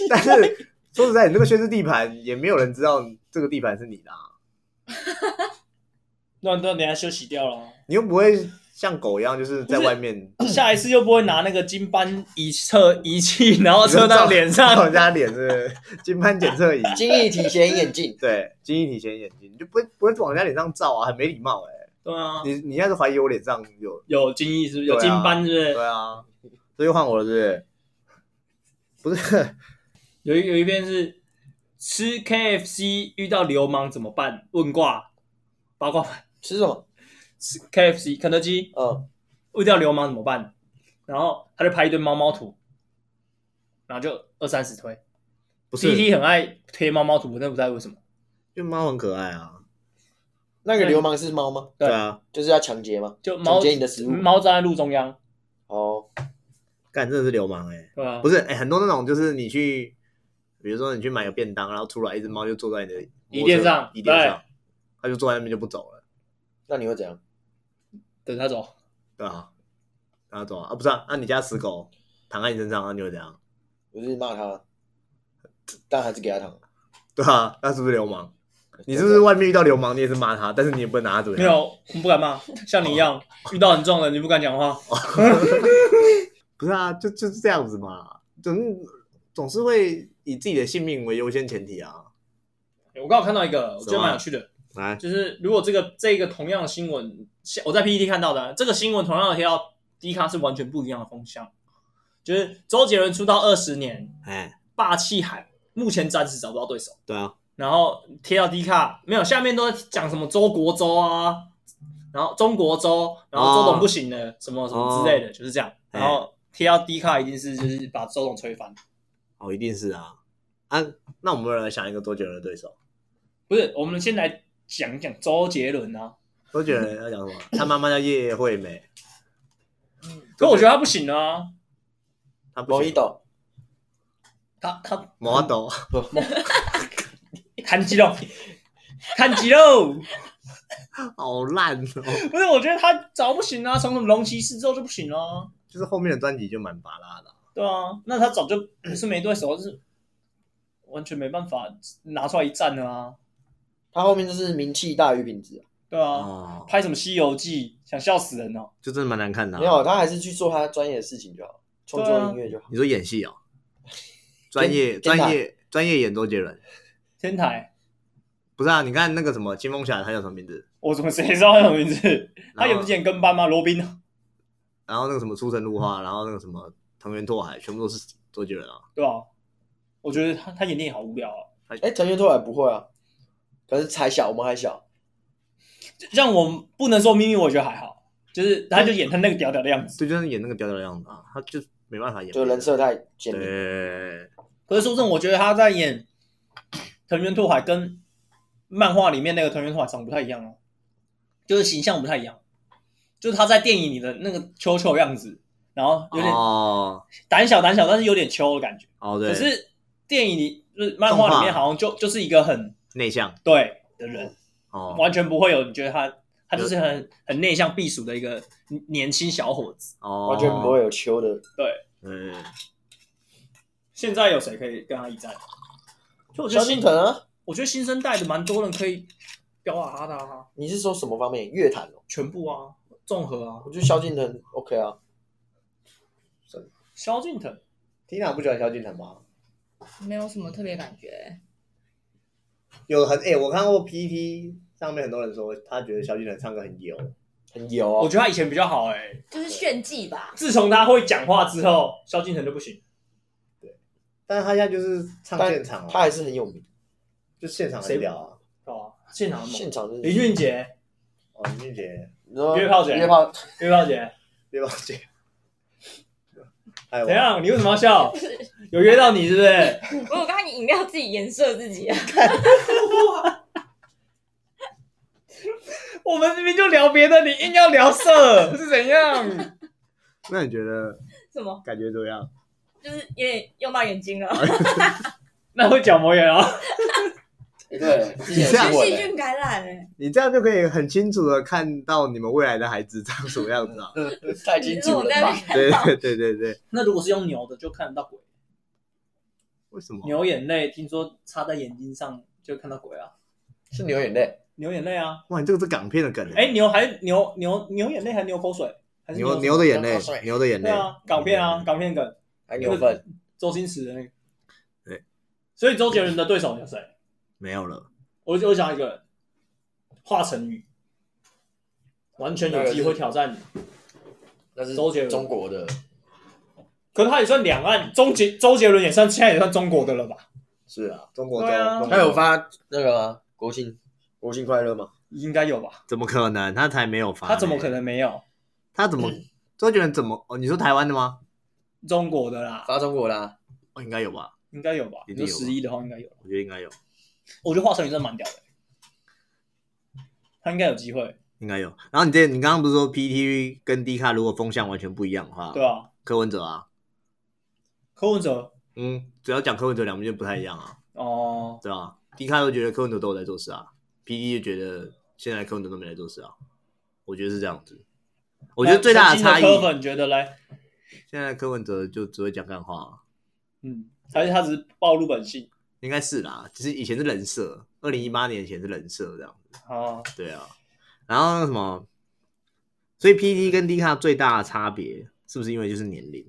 但是说实在，你这个宣示地盘也没有人知道这个地盘是你的、啊，那那等一下休息掉了啊。你又不会像狗一样就是在外面下一次又不会拿那个金斑仪测仪器，然后测到脸照上。人家脸，是不是？金斑检测仪，精益体显眼镜，对，精益体显眼睛，你就不会不会往人家脸上照啊，很没礼貌哎、对啊，你你现在是怀疑我脸上有？有金翼是不是？有对啊金斑是不是？对啊，这又换我了，是不是？不是，有一有一篇是吃 KFC 遇到流氓怎么办？问卦八卦版 吃什么？吃 KFC 肯德基嗯，遇到流氓怎么办？然后他就拍一堆猫猫图，然后就二三十推。不 PT 是，很爱贴猫猫图，我真的不知道为什么。因为猫很可爱啊。那个流氓是猫吗？对对啊，就是要抢劫吗？就猫抢劫你的食物？猫站在路中央，哦，干真的是流氓哎、对吧、啊欸不？是，哎、很多那种就是你去比如说你去买个便当，然后出来一只猫就坐在你的椅垫上椅垫上对，它就坐在那边就不走了，那你会怎样？等他走，对啊，让它走啊，啊不是啊，那、你家死狗躺在你身上，啊那、你会怎样？ 我就是骂他，但还是给他糖。对啊，那是不是流氓？你是不是外面遇到流氓，你也是骂他，但是你也不能拿他怎么没样？有，我们不敢骂，像你一样遇到很重的你不敢讲话，不是啊，就就是这样子嘛，总总是会以自己的性命为优先前提啊。我刚好看到一个，我觉什得么啊蛮有趣的，来，就是如果这个这个同样的新闻，像我在 PPT 看到的啊，这个新闻同样的贴到 D 咖是完全不一样的风向，就是周杰伦出道二十年，哎，霸气喊，目前暂时找不到对手，对啊，然后贴到 D 咖没有，下面都在讲什么周国周啊，然后中国周，然后哦周董不行了，什么什么之类的，就是这样，哎然后贴到 D 咖一定是就是把周董吹翻，哦，一定是啊。啊，那我们来想一个周杰伦的对手。不是，我们先来讲一讲周杰伦啊，周杰伦要讲什么？他妈妈叫叶惠美，可我觉得他不行啊，他不某一行。斗，他他。毛豆，弹吉喽， 弹吉喽！ 好烂哦！不是，我觉得他早不行啊，从什么龙骑士之后就不行 了、啊就是后面的专辑就蛮拔拉的啊。对啊，那他早就不是没对手，就是完全没办法拿出来一战了啊，他后面就是名气大于品质啊、对啊，哦，拍什么《西游记》，想笑死人哦，就真的蛮难看的啊。没有，他还是去做他专业的事情就好，创作对啊音乐就好。你说演戏 哦？专业真专的啊业专业演周杰伦？天台。不是啊，你看那个什么《金风侠》，他叫什么名字？我怎么谁知道他什么名字？他然后有之前跟班吗？罗宾啊然后那个什么《出神入化》，然后那个什么《藤原拓海》，全部都是周杰伦啊。对吧、我觉得他他演电影好无聊啊，哎、藤原拓海不会啊，可是才小，我们还小。让我不能说秘密，我觉得还好，就是他就演他那个屌屌的样子。对，就是演那个屌屌的样子啊，他就没办法演别就的。人设太鲜明，对，可是说真的，我觉得他在演藤原拓海跟漫画里面那个藤原拓海长不太一样哦，就是形象不太一样，就是他在电影里的那个秋秋的样子，然后有点哦胆小胆小，但是有点秋的感觉。哦，可对，是电影里就是漫画里面好像就就是一个很内向对的人，哦完全不会有你觉得他他就是很很内向避暑的一个年轻小伙子。哦，完全不会有秋的。嗯。现在有谁可以跟他一战？就我觉萧得敬新，腾啊，我觉得新生代的蛮多人可以标啊他的啊。你是说什么方面？乐坛哦，全部啊，综合啊。我觉得萧敬腾 OK 啊。萧敬腾， Tina 不喜欢萧敬腾吗？没有什么特别感觉。有很哎、我看过 PPT 上面很多人说，他觉得萧敬腾唱歌很油。很油我哦，觉得他以前比较好哎、就是炫技吧，自从他会讲话之后，萧敬腾就不行。但是他现在就是唱但现场、他啊，还是很有名。就现场谁很屌啊。哦，现场猛现。场真的林是，俊杰、哦，林俊杰、你说哎约炮谁约炮，岳小姐，刘宝杰，还有怎样？你为什么要笑？有约到你是不是？我有刚刚饮料自己颜色自己啊， 我们明明就聊别的，你硬要聊色，是怎样？那你觉得什么感觉怎么样？就是有点用到眼睛了， 那会角膜炎啊？哎对， 之前有这样新是闻细欸菌感染哎、你这样就可以很清楚的看到你们未来的孩子长什么 样子啊？太只清是楚我了在那边吧？看对到，对对对对，那如果是用牛的，就看得到鬼。为什么？牛眼泪，听说插在眼睛上就看到鬼啊。是流眼泪，牛眼泪啊，哇，你这个是港片的梗欸哎、牛还是牛牛牛眼泪还是牛口水？还是牛什么牛的眼泪流口，水牛的眼哎泪，对啊，港片啊，港片梗。还牛粪，周星驰的那个。对，所以周杰伦的对手有谁？没有了。我就我想一个人，华晨宇，完全有机会挑战你。那是周杰伦中国的，可是他也算两岸，周杰周杰伦也算现在也算中国的了吧？是啊，中国对啊中他有发那个吗？国庆国庆快乐吗？应该有吧？怎么可能？他才没有发，他怎么可？能没有他怎么？周杰伦怎么？哦，你说台湾的吗？中国的啦？发中国啊啦，哦，应该有吧？应该有吧？一你定有说吧十一的话应该有。我觉得应该有，我觉得华晨宇真的蛮屌的，他应该有机会，应该有。然后你这，你刚刚不是说 PTV 跟 D 卡如果风向完全不一样的话，对啊。柯文哲啊，柯文哲嗯，只要讲柯文哲，两边就不太一样啊，哦，对吧？迪卡就觉得柯文哲都有在做事啊，PD 就觉得现在柯文哲都没在做事啊，我觉得是这样子。我觉得最大那的新的差异，柯粉觉得嘞，现在柯文哲就只会讲干话啊、嗯，还是他只是暴露本性应该是啦，只是以前是人设，二零一八年前是人设这样子，哦，对啊。然后那什么，所以 P D 跟 D 卡最大的差别是不是因为就是年龄？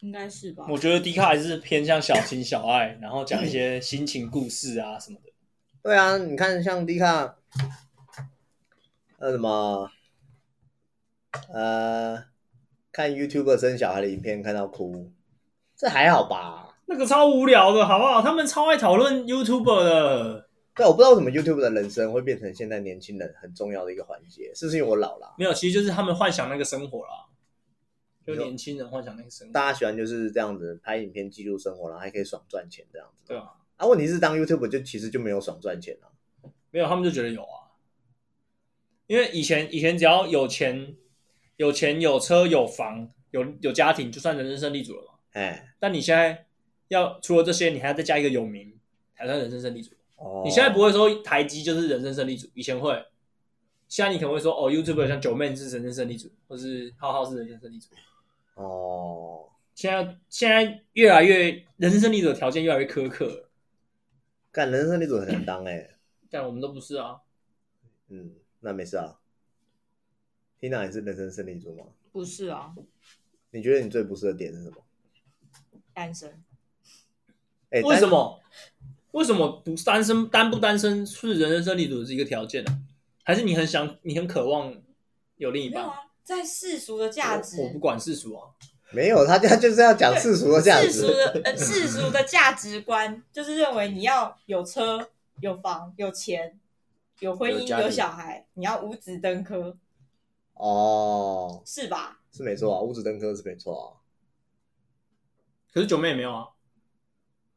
应该是吧？我觉得迪卡还是偏向小情小爱，然后讲一些心情故事啊什么的。对啊，你看像 D 卡，那什么，呃，看 YouTube 生小孩的影片看到哭，这还好吧？那个超无聊的，好不好？他们超爱讨论 YouTuber 的，对，啊我不知道为什么 YouTube 的人生会变成现在年轻人很重要的一个环节，是不是因为我老了啊、没有，其实就是他们幻想那个生活啦，就没有年轻人幻想那个生活，大家喜欢就是这样子拍影片记录生活，然后还可以爽赚钱这样子。对啊，啊，问题是当 YouTube 就其实就没有爽赚钱了、没有，他们就觉得有啊，因为以前以前只要有钱、有钱、有车、有房、有有家庭，就算人生胜利组了嘛。哎，但你现在要除了这些，你还要再加一个有名，才算人生胜利组。哦你现在不会说台积就是人生胜利组，以前会，现在你可能会说哦，YouTube 像九妹是人生胜利组，或是浩浩是人生胜利组。哦，现在现在越来越人生胜利组的条件越来越苛刻了，干人生那种很难当哎、但我们都不是啊。嗯，那没事啊。Tina 也是人生胜利组吗？不是啊，你觉得你最不适的点是什么？单身哎、为什？么？为什么不单身单不单身是人生胜利组的一个条件呢、啊还是你很想你很渴望有另一没有半？啊，在世俗的价值我，不管世俗啊，没有，他家就是要讲世俗的价世俗值。的呃世俗的价值观 就是认为你要有车、有房、有钱、有婚有家姻、庭有小孩，你要五子登科，哦，是吧？是没错啊，五子登科是没错可是九妹也没有啊。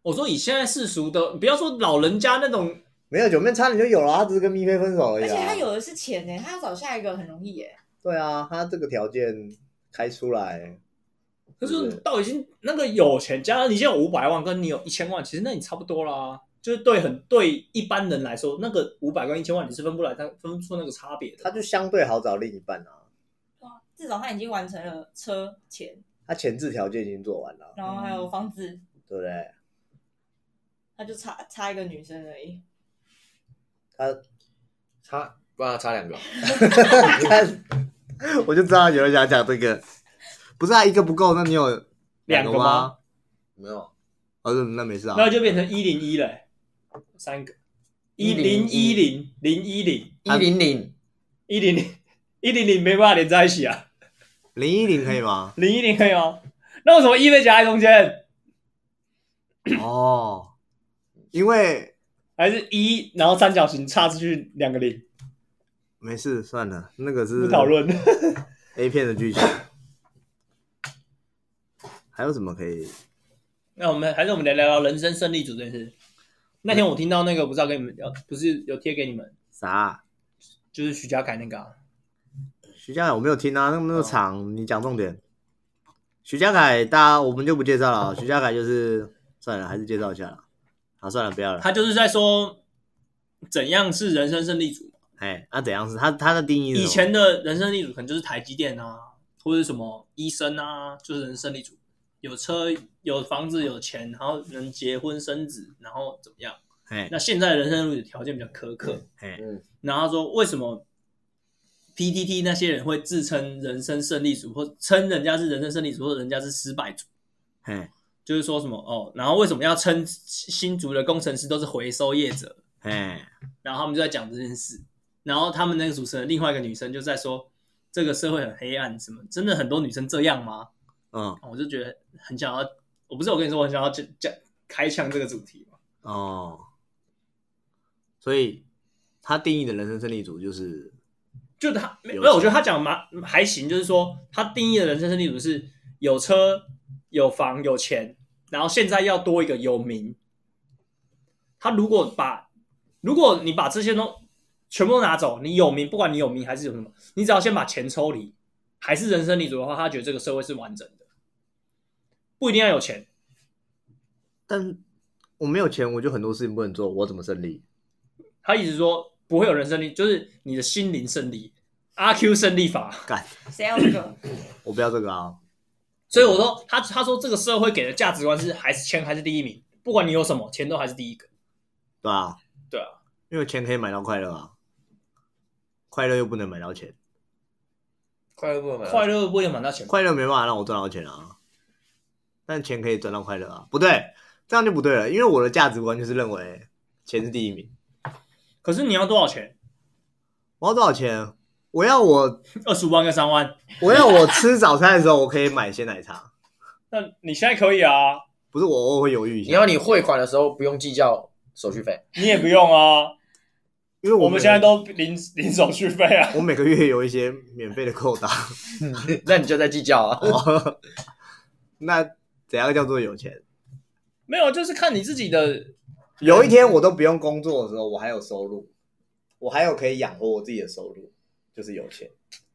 我说以现在世俗的，你不要说老人家那种，啊。没有九妹差点就有了，啊他只是跟咪菲分手而已、啊。而且他有的是钱呢，他要找下一个很容易耶。对啊，他这个条件开出来，可对是到已经那个有钱，加上你现在有五百万，跟你有一千万，其实那你差不多啦。就是对很对一般人来说，那个五百跟一千万你是分不来，但分不出那个差别的。他就相对好找另一半啊。哇至少他已经完成了车、钱，他前置条件已经做完了，然后还有房子，对不对？ 他就差差一个女生而已。他差不然差两个，你看，我就知道有人想讲这个，不是啊，一个不够，那你有两个个吗？没有哦，那没事啊。那就变成一零一了、三个一零一零零一零一零零一零零一零零没办法连在一起啊，？零一零可以吗零一零可以吗？那为什么一被夹在中间？哦，因为还是一，然后三角形插出去两个零？没事，算了，那个不是讨论。 A 片的剧情。还有什么可以？那我们还是我们来聊聊人生胜利组这件事。那天我听到那个不知道跟你们聊，不是有贴给你们，啥啊？就是徐家凯那个、啊，徐家凯我没有听啊，那么那哦么长，你讲重点。徐家凯，大家我们就不介绍 了啊。徐家凯就是算了，还是介绍一下了。啊，算了，不要了。他就是在说怎样是人生胜利组。哎，那、怎样是？他他的定义是什以么前的人生胜利组可能就是台积电啊，或者什么医生啊，就是人生胜利组，有车有房子有钱，然后能结婚生子，然后怎么样？哎那现在的人生胜利组条件比较苛刻，哎嗯，然后他说为什么 PTT 那些人会自称人生胜利组，或称人家是人生胜利组，或者人家是失败组？哎就是说什么哦，然后为什么要称新竹的工程师都是回收业者？哎然后他们就在讲这件事，然后他们那个主持人另外一个女生就在说这个社会很黑暗，什么真的很多女生这样吗？哦嗯我就觉得很想要，我不是我跟你说我很想要讲讲开枪这个主题吗？哦，所以他定义的人生胜利组就是就他没有有，钱我觉得他讲蛮还行，就是说他定义的人生胜利组是有车有房有钱，然后现在要多一个有名。他如果把如果你把这些都全部都拿走，你有名，不管你有名还是有什么，你只要先把钱抽离，还是人生立足的话，他觉得这个社会是完整的。不一定要有钱，但我没有钱，我就很多事情不能做，我怎么胜利？他一直说不会有人胜利，就是你的心灵胜利，阿 Q 胜利法。谁要这个？我不要这个啊！所以我说，他他说这个社会给的价值观是还是钱还是第一名，不管你有什么，钱都还是第一个。对啊，对啊，因为钱可以买到快乐啊，快乐又不能买到钱，快乐不能买啊快乐不一定买到钱，快乐没办法让我赚到钱啊，但钱可以赚到快乐啊，不对，这样就不对了，因为我的价值观就是认为钱是第一名，可是你要多少钱？我要多少钱？我要我二十五万跟三万，我要我吃早餐的时候，我可以买鲜奶茶，那你现在可以啊，不是我我会犹豫一你下，要你汇款的时候不用计较手续费，你也不用 啊。因为我每们现在都零零手续费啊。我每个月有一些免费的扣打， 那你就在计较啊。哦那怎样叫做有钱？ 没有，啊就是看你自己的。有一天我都不用工作的时候，我还有收入，我还有可以养活我自己的收入，就是有钱。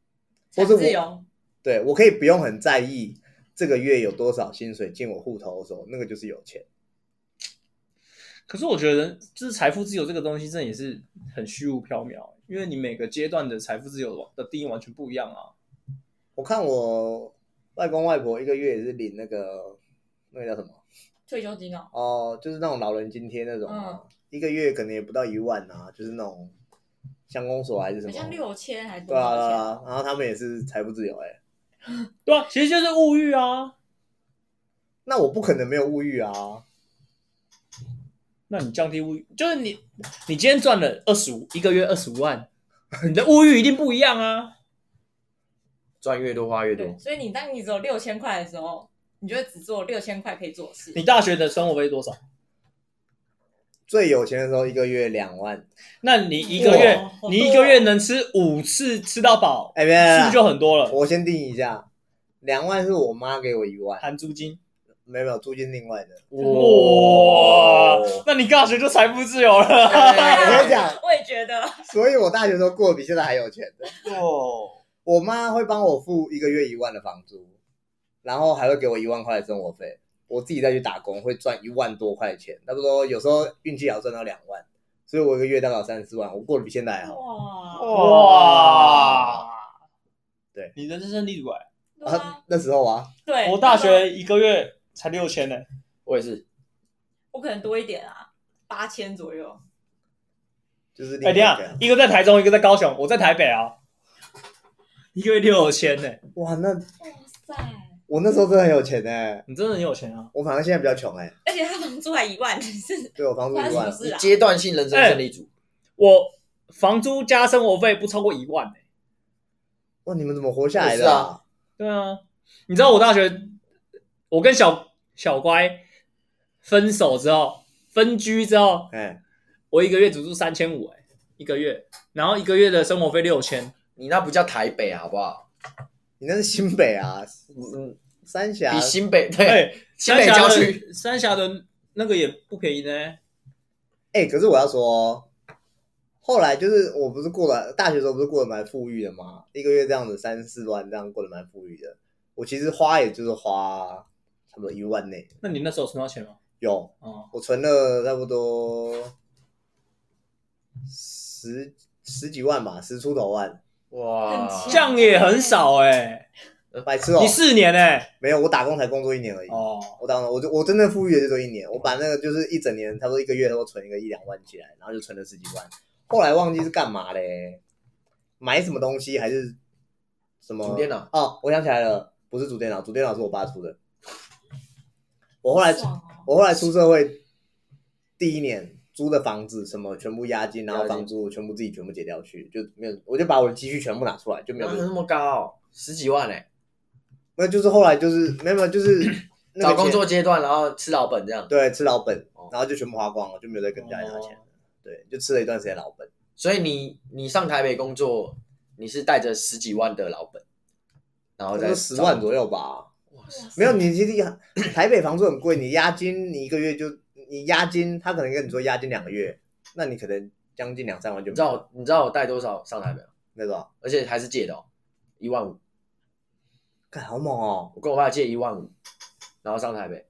或是我自由，对我可以不用很在意这个月有多少薪水进我户头的时候，那个就是有钱。可是我觉得，就是财富自由这个东西，真的也是很虚无缥缈，因为你每个阶段的财富自由的定义完全不一样啊。我看我外公外婆一个月也是领那个那个叫什么退休金哦。哦，就是那种老人津贴那种嗯啊，一个月可能也不到一万啊，就是那种乡公所还是什好像么。六千还是对多啊，少对钱？啊，然后他们也是财富自由哎、对啊，其实就是物欲啊。那我不可能没有物欲啊，那你降低物欲，就是你你今天赚了二十五，一个月二十五万，你的物欲一定不一样啊。赚越多花越多 对，，所以你当你只有六千块的时候，你就会只做六千块可以做的事。你大学的生活费多少？最有钱的时候一个月两万，那你一个月哇好多哦，你一个月能吃五次吃到饱，哎、是不欸，是就很多了？我先定一下，两万是我妈给我一万，含租金，没有没有租金另外的。哇，那你大学就财富自由了。哎哎我跟你讲，我也觉得，所以我大学时候过得比现在还有钱的。哦，我妈会帮我付一个月一万的房租，然后还会给我一万块的生活费。我自己再去打工会赚一万多块钱，差不多有时候运气好赚到两万，所以我一个月大概有三十四万，我过得比现在还好。 啊哇，哇，对，你的人生地主哎，对啊，那时候啊，对，我大学一个月才六千呢，我也是。我可能多一点啊，八千左右。就是另哎，外等一一个啊下，一个在台中，一个在高雄，我在台北啊，一个月六千呢，哇，那哇塞！我那时候真的很有钱哎、你真的很有钱啊。我反而现在比较穷哎、而且他房租还一万，是对我房租发生一什么万，事啊？阶段性人生胜利组，我房租加生活费不超过一万欸呢、哇，你们怎么活下来是的、啊？对啊，你知道我大学，我跟小小乖分手之后，分居之后，哎、我一个月只住三千五哎，一个月，然后一个月的生活费六千，你那不叫台北好不好？你那是新北啊， 嗯，三峡比新北对哎，新三北峡郊的区三峡的那个也不便宜呢。哎、可是我要说哦，后来就是我不是过了大学时候不是过得蛮富裕的嘛，一个月这样子三四万这样过得蛮富裕的。我其实花也就是花差不多一万内，那你那时候存到钱吗？有哦，我存了差不多十十几万吧，十出头万，哇，很啊这样也很少哎、白痴哦、你四年哎、没有，我打工才工作一年而已。哦，我当然，我就我真正富裕的就做一年，我把那个就是一整年，差不多一个月都存一个一两万起来，然后就存了十几万。后来忘记是干嘛嘞，买什么东西还是什么主电脑？哦，我想起来了，不是主电脑，主电脑是我爸出的。我后来爽哦我后来出社会第一年租的房子什么全部押金，然后房租全部自己全部解掉去，就没有，我就把我的积蓄全部拿出来，就没有哪有那么高，哦十几万哎，没有，就是后来就是没有没有，就是那个找工钱作阶段，然后吃老本这样。对，吃老本哦，然后就全部花光了，就没有再跟哦家里拿钱了。对，就吃了一段时间老本。所以你你上台北工作，你是带着十几万的老本，然后好再像十万左右。右吧。哇塞没有，你其实台北房租很贵，你押金你一个月就你押金，他可能跟你说押金两个月，那你可能将近两三万你就没知道我你知道我带多少上台北吗？那种，而且还是借的哦，一万五，看好猛哦！我跟我爸借一万五，然后上台北，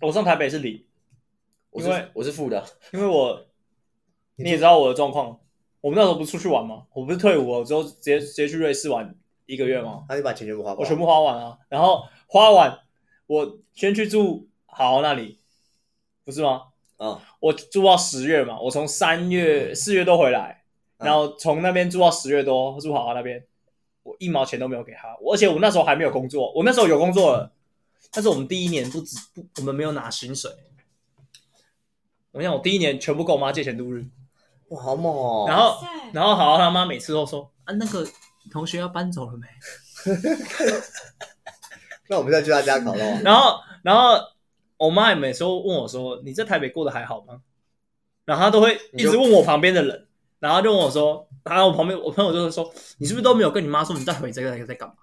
我上台北是零，我因为是我是负的，因为我你你也知道我的状况，我们那时候不是出去玩吗？我不是退伍哦了，我之后直接直接去瑞士玩一个月吗？他就把钱全部花光，哦我全部花完啊，然后花完我先去住好好那里，不是吗？啊，我住到十月嘛，我从三月四月都回来，嗯然后从那边住到十月多，住好好那边，我一毛钱都没有给他，我而且我那时候还没有工作，我那时候有工作了，但是我们第一年不止不，我们没有拿薪水。我想我第一年全部跟我妈借钱度日，哇，好猛哦！ 然后塞然后好好他妈每次都说啊那个同学要搬走了没？那我们再去他家烤肉啊，然后然后我妈也每次都问我说：“你在台北过得还好吗？”然后她都会一直问我旁边的人，然后她就问我说，然后我旁边我朋友就会说：“你是不是都没有跟你妈说你在台北这个在干嘛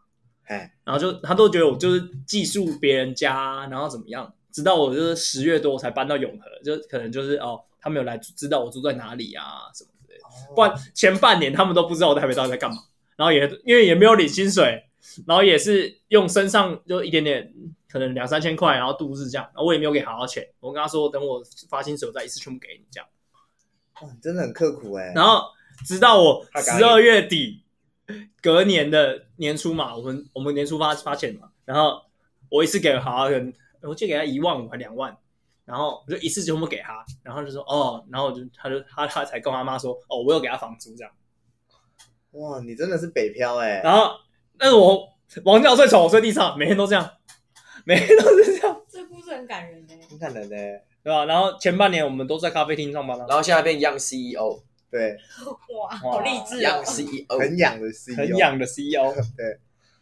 哎，？”然后就她都觉得我就是寄宿别人家，然后怎么样？直到我就是十月多我才搬到永和，就可能就是哦，他们有来知道我住在哪里啊什么之类的。不然前半年他们都不知道我在台北到底在干嘛，然后也因为也没有领薪水，然后也是用身上就一点点，可能两三千块，然后度日这样，然后我也没有给好好钱，我跟他说等我发薪水我再一次全部给你这样，哇，你真的很刻苦哎。然后直到我他刚十二月底，隔年的年初嘛，我们我们年初发发钱嘛，然后我一次给好好人，我就给他一万五还两万。然后我就一次全部给他，然后就说哦，然后我就他就他他才跟他妈说哦，我有给他房租这样。哇，你真的是北漂哎！然后，但是我王教睡床，我睡地上，每天都这样，每天都是这样，这故事很感人哎、很感人哎，对吧？然后前半年我们都在咖啡厅上班了、啊然后现在变 Young CEO，对，哇，好励志 Young！哦 CEO，E 很养的 CEO。很。养的 E CEO，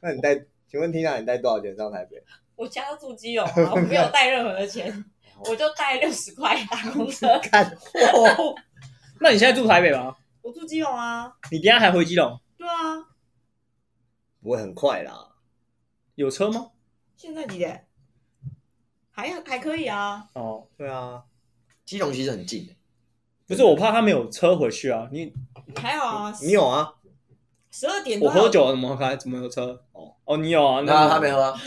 那你带，请问 Tina，你带多少钱上台北？我家住基 隆啊，我没有带任何的钱，我就带六十块打工车。看， 那你现在住台北吗？ 我住基隆啊，你等一下还回基隆？对啊，不会很快啦。有车吗？现在几点？还还可以啊，哦，对啊，基隆其实很近，不是，我怕他没有车回去啊。你还好啊。你有啊？十二点我多还有喝酒怎么开？怎么有车？哦哦，你有啊？那那你他没喝啊，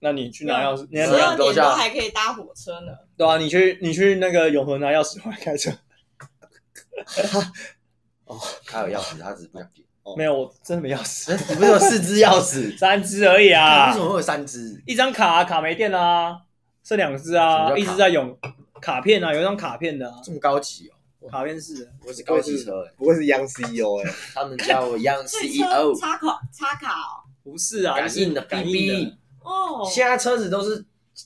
那你去拿钥匙？你十还没有二拿点多还可以搭火车呢。对啊，你去你去那个永和拿钥匙回来开车。 他有钥匙，他只是不想给。没有，我真的没钥匙， 你不是有四只钥匙？三只而已啊为什。么会有三只？一张卡、卡没电啦、剩两只什么啊，叫卡一直在用卡片啊，有一张卡片的、啊，这么高级哦！卡片式的，我是高级车哎，不会是央 CEO 哎？他们叫我 Young E 所以车 CEO，插卡插卡哦。不是啊，感应的感 B 应的 B。哦，现在车子都是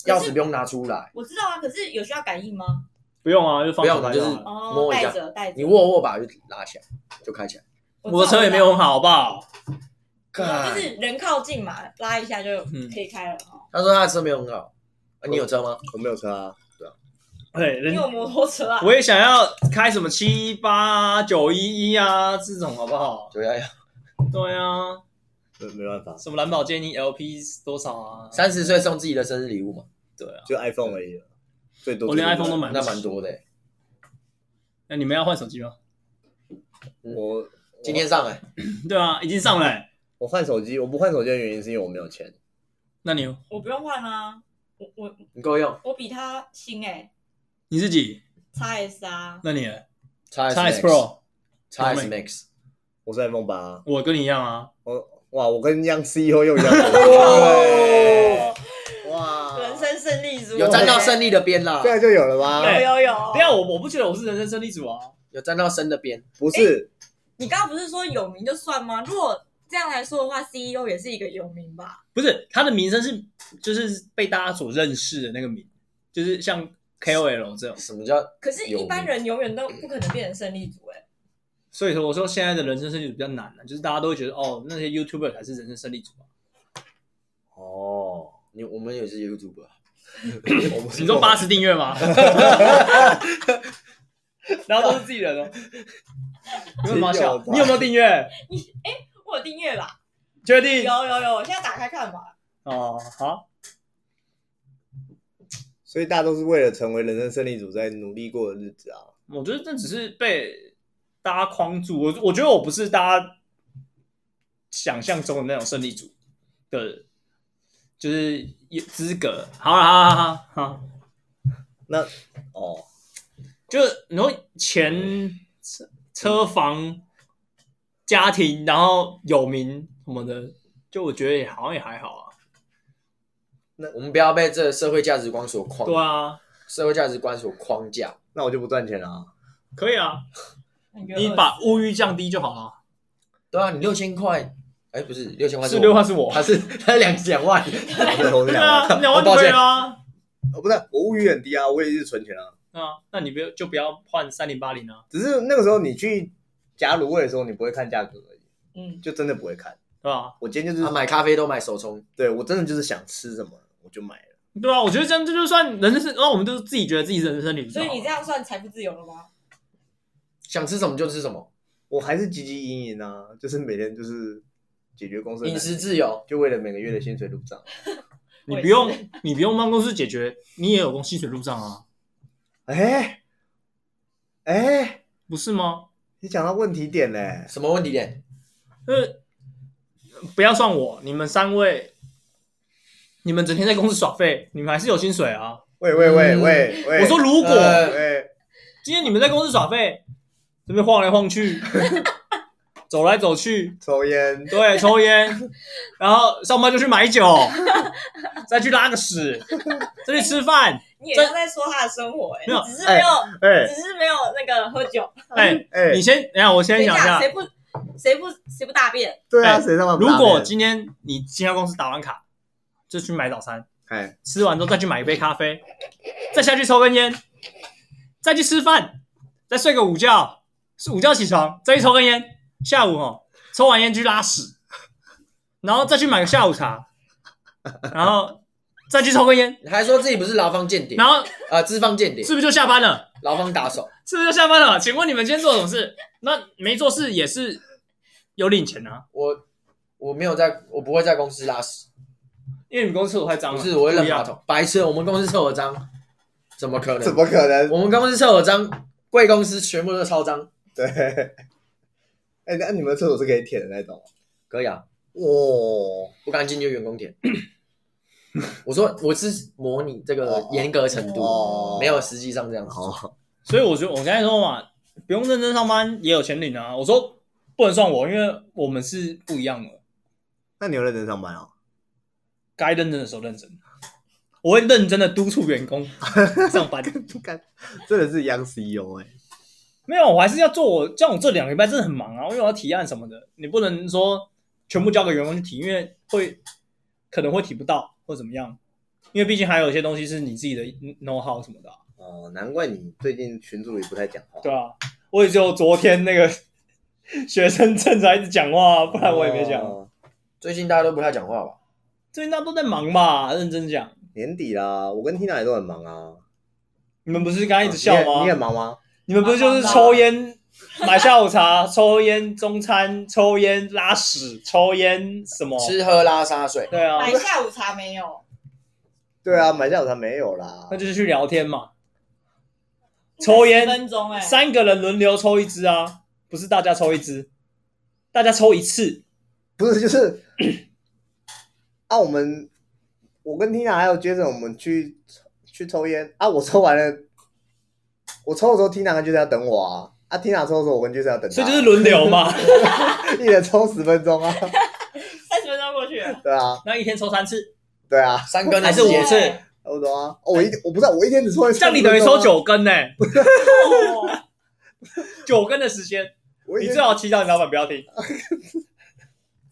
钥匙不用拿出来，我知道啊，可是有需要感应吗？不用啊，就放手来不用好就是了哦，摸一带下着带着。你握握把就拉起来，就开起来。我的车也没有 很好，好不好？知道，就是人靠近嘛，拉一下就可以开了哦。他说他的车没有很好，啊你有车吗？我没有车啊。对，你人有摩托车啊？我也想要开什么七八九一一啊这种，好不好？九幺幺，对啊，没没办法，什么蓝宝坚尼 LP 多少啊？三十岁送自己的生日礼物嘛，对啊，就 iPhone 而已了，最多我哦连 iPhone 都买不那起蛮。多的欸。那你们要换手机吗？我今天上来，对啊，已经上了欸、我换手机，我不换手机的原因是因为我没有钱。那你我不用换啊，我我你够用，我比他新哎、你自己， x S 啊，那你欸 x S X Pro， x S Max，我是 iPhone 八啊，我跟你一样啊，我哇，我跟央 CEO 又一样。 哦，哇，人生胜利组有沾到胜利的边啦这，样就有了吗？有有等一下有。我我不觉得我是人生胜利组啊。有沾到生的边，不是，你刚刚不是说有名就算吗？如果这样来说的话，CEO 也是一个有名吧？不是他的名声是就是被大家所认识的那个名，就是像 KOL 这种。什么叫可是，一般人永远都不可能变成胜利组哎、所以说，我说现在的人生胜利组比较难啊了、就是大家都会觉得哦，那些 YouTuber 才是人生胜利组、啊。哦，你？我们也是 YouTube，我你说八十订阅吗？ 然后都是自己人哦，你为什么要只有笑吧？你有没有订阅？我有订阅吧？确有定？有有，我现在打开看吧。哦，好，所以大家都是为了成为人生胜利组在努力过的日子啊。我觉得这只是被大家框住。我我觉得我不是大家想象中的那种胜利组的人，就是有资格。好了，好好好好，哦，就是然后钱、车、车房、家庭，然后有名什么的，就我觉得也好像也还好啊。我们不要被这社会价值观所框，对啊，社会价值观所框架。那我就不赚钱了 啊。可以啊，你你把物欲降低就好了。对啊，你六千块，哎，不是六千块，是六万，是 我，还是他两两 万？对，我是对两啊万，，两万就可以啦。哦，不是，我物欲很低啊，我也是存钱啊。啊，那你不要就不要换三零八零啊，只是那个时候你去夹卤味的时候，你不会看价格而已，嗯，就真的不会看。对吧？我今天啊就是他买咖啡都买手冲，对我真的就是想吃什么我就买了。对啊，我觉得这样这就算人生，那我们就是自己觉得自己人生旅程。所以你这样算财富自由了吗？想吃什么就吃什么，我还是积极营营啊，就是每天就是解决公司的饮食难题自由。就为了每个月的薪水入账。你不用你不用帮公司解决，你也有公薪水路上啊，哎哎，不是吗？你讲到问题点嘞，什么问题点？呃，不要算我，你们三位，你们整天在公司耍废，你们还是有薪水啊。喂喂喂嗯喂喂，我说如果、呃喂，今天你们在公司耍废，这边晃来晃去，走来走去，抽烟，对，抽烟，然后上班就去买酒，再去拉个屎，再去吃饭，你也要在说他的生活哎、没有只是没有，哎只是没有那个喝酒。哎，哎你，先，等一下我先等一想一下，下。谁不谁不谁不大便？对啊，哎谁他妈不如打果面今天你进到公司打完卡，就去买早餐，哎吃完之后再去买一杯咖啡， 再下去抽根烟，再去吃饭，再睡个午觉，是午觉起床，再去抽根烟，下午哦，抽完烟去拉屎，然后再去买个下午茶，然后再去抽根 烟，你还说自己不是劳方间谍然啊、后资方间谍是，不是就下班了？劳方打手。是不是就下班了？请问你们今天做了什么事？那没做事也是有领钱啊，我我没有在，我不会在公司拉屎，因为你们公司厕所太脏嗯不了，是我会不扔一样马桶。白痴，我们公司厕所脏，怎么可能？怎么可能？我们公司厕所脏，贵公司全部都超脏。对，哎，那你们厕所是可以舔的那种吗？可以啊，哦，不干净就员工 舔。我说我是模拟这个严格程度，哦没有实际上这样子。好，所以我觉得我刚才说嘛，不用认真上班也有钱领啊。我说不能算我，因为我们是不一样的， 那你有认真上班哦？ 该认真的时候认真。我会认真的督促员工上班，干，真的是央 CEO 哎，没有，我还是要做我。像我这两个礼拜真的很忙啊，因为我要提案什么的，你不能说全部交给员工去提，因为会可能会提不到或怎么样，因为毕竟还有一些东西是你自己的 know how 什么的啊、哦，难怪你最近群主也不太讲 话。对啊，我也只有昨天那个 学生正在一直讲话啊，不然我也没讲。哦最近大家都不太讲话吧？最近大家都在忙吧，认真讲。年底啦，我跟 Tina 也都很忙啊。你们不是刚刚一直笑嗯你也吗？你很忙吗？你们不是就是抽烟、买下午茶、 抽烟、中餐、抽烟、拉屎、抽烟什么？吃喝拉撒睡，对啊，买下午茶没有？对啊，买下午茶没有啦那。就是去聊天嘛。抽烟10分钟哎、三个人轮流抽一支啊，不是大家抽一支，大家抽一次。不是，就是 啊，我们我跟 Tina 还有 Jason，我们去去抽烟啊。我抽完了，我抽的时候，Tina 跟 Jason 要等我啊。啊，Tina 抽的时候，我跟 Jason 要等他。所以就是轮流嘛。一人抽十分钟啊。三十分钟过 去了，对啊， 那一天抽三次，对啊，三根的还是时五间次？差不多啊。哦我一我不知道，我一天只抽一次。 这样你等于抽，九根呢、哦，九根的时间，我一你天最好祈祷你老板不要啊听。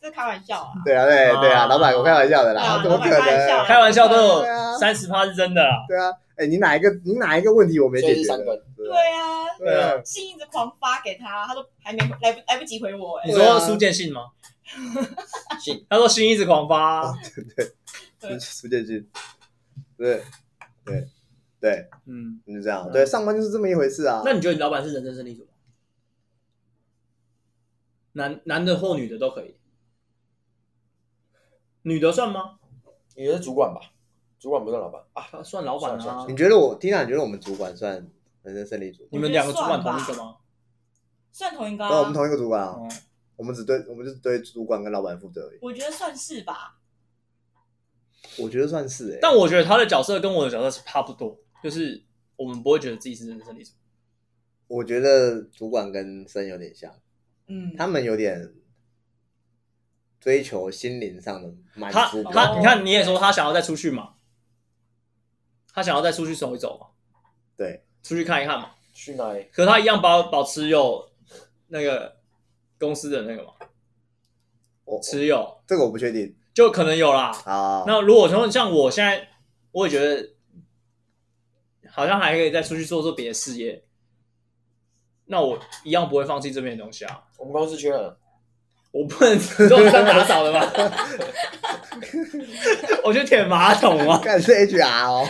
这开玩笑啊！对啊，对对啊，啊老板，我开玩笑的对啦，啊怎么可老板开玩能笑？开玩笑都有对啊三十趴是真的啦。对啊，哎，你哪一个你哪一个问题我没所解以是决三的？根。对啊，对啊，信一直狂发给他，他都还没来不来不及回我哎、你对说啊苏建信吗？ 信，哦他说心一直狂发、啊对苏建军，对对对，嗯，就这样。嗯对，上班就是这么一回事啊。那你觉得你老板是人生胜利组吗？男男的或女的都可以，女的算吗？你是主管吧？主管不是老板啊？他算老板算啊算。你觉得我 Tina，你觉得我们主管算人生胜利组？你们两个主管同一个吗？算同一个、对，我啊们，同一个主管啊，哦，我们只对我们就是对主管跟老板负责而已。我觉得算是吧。我觉得算是哎、但我觉得他的角色跟我的角色是差不多，就是我们不会觉得自己是人生理主。我觉得主管跟生有点像，嗯，他们有点追求心灵上的满他足感。他，你看你也说他想要再出去嘛，他想要再出去走一走嘛，对，出去看一看嘛。去哪里？可他一样保保持有那个公司的那个嘛，我持有这个我不确定就可能有啦。啊。那如果说像我现在，我也觉得好像还可以再出去做做别的事业，那我一样不会放弃这边的东西啊。我们公司缺人，我不能只做当打扫的吧？ 我去舔马桶啊！干是 HR 哦，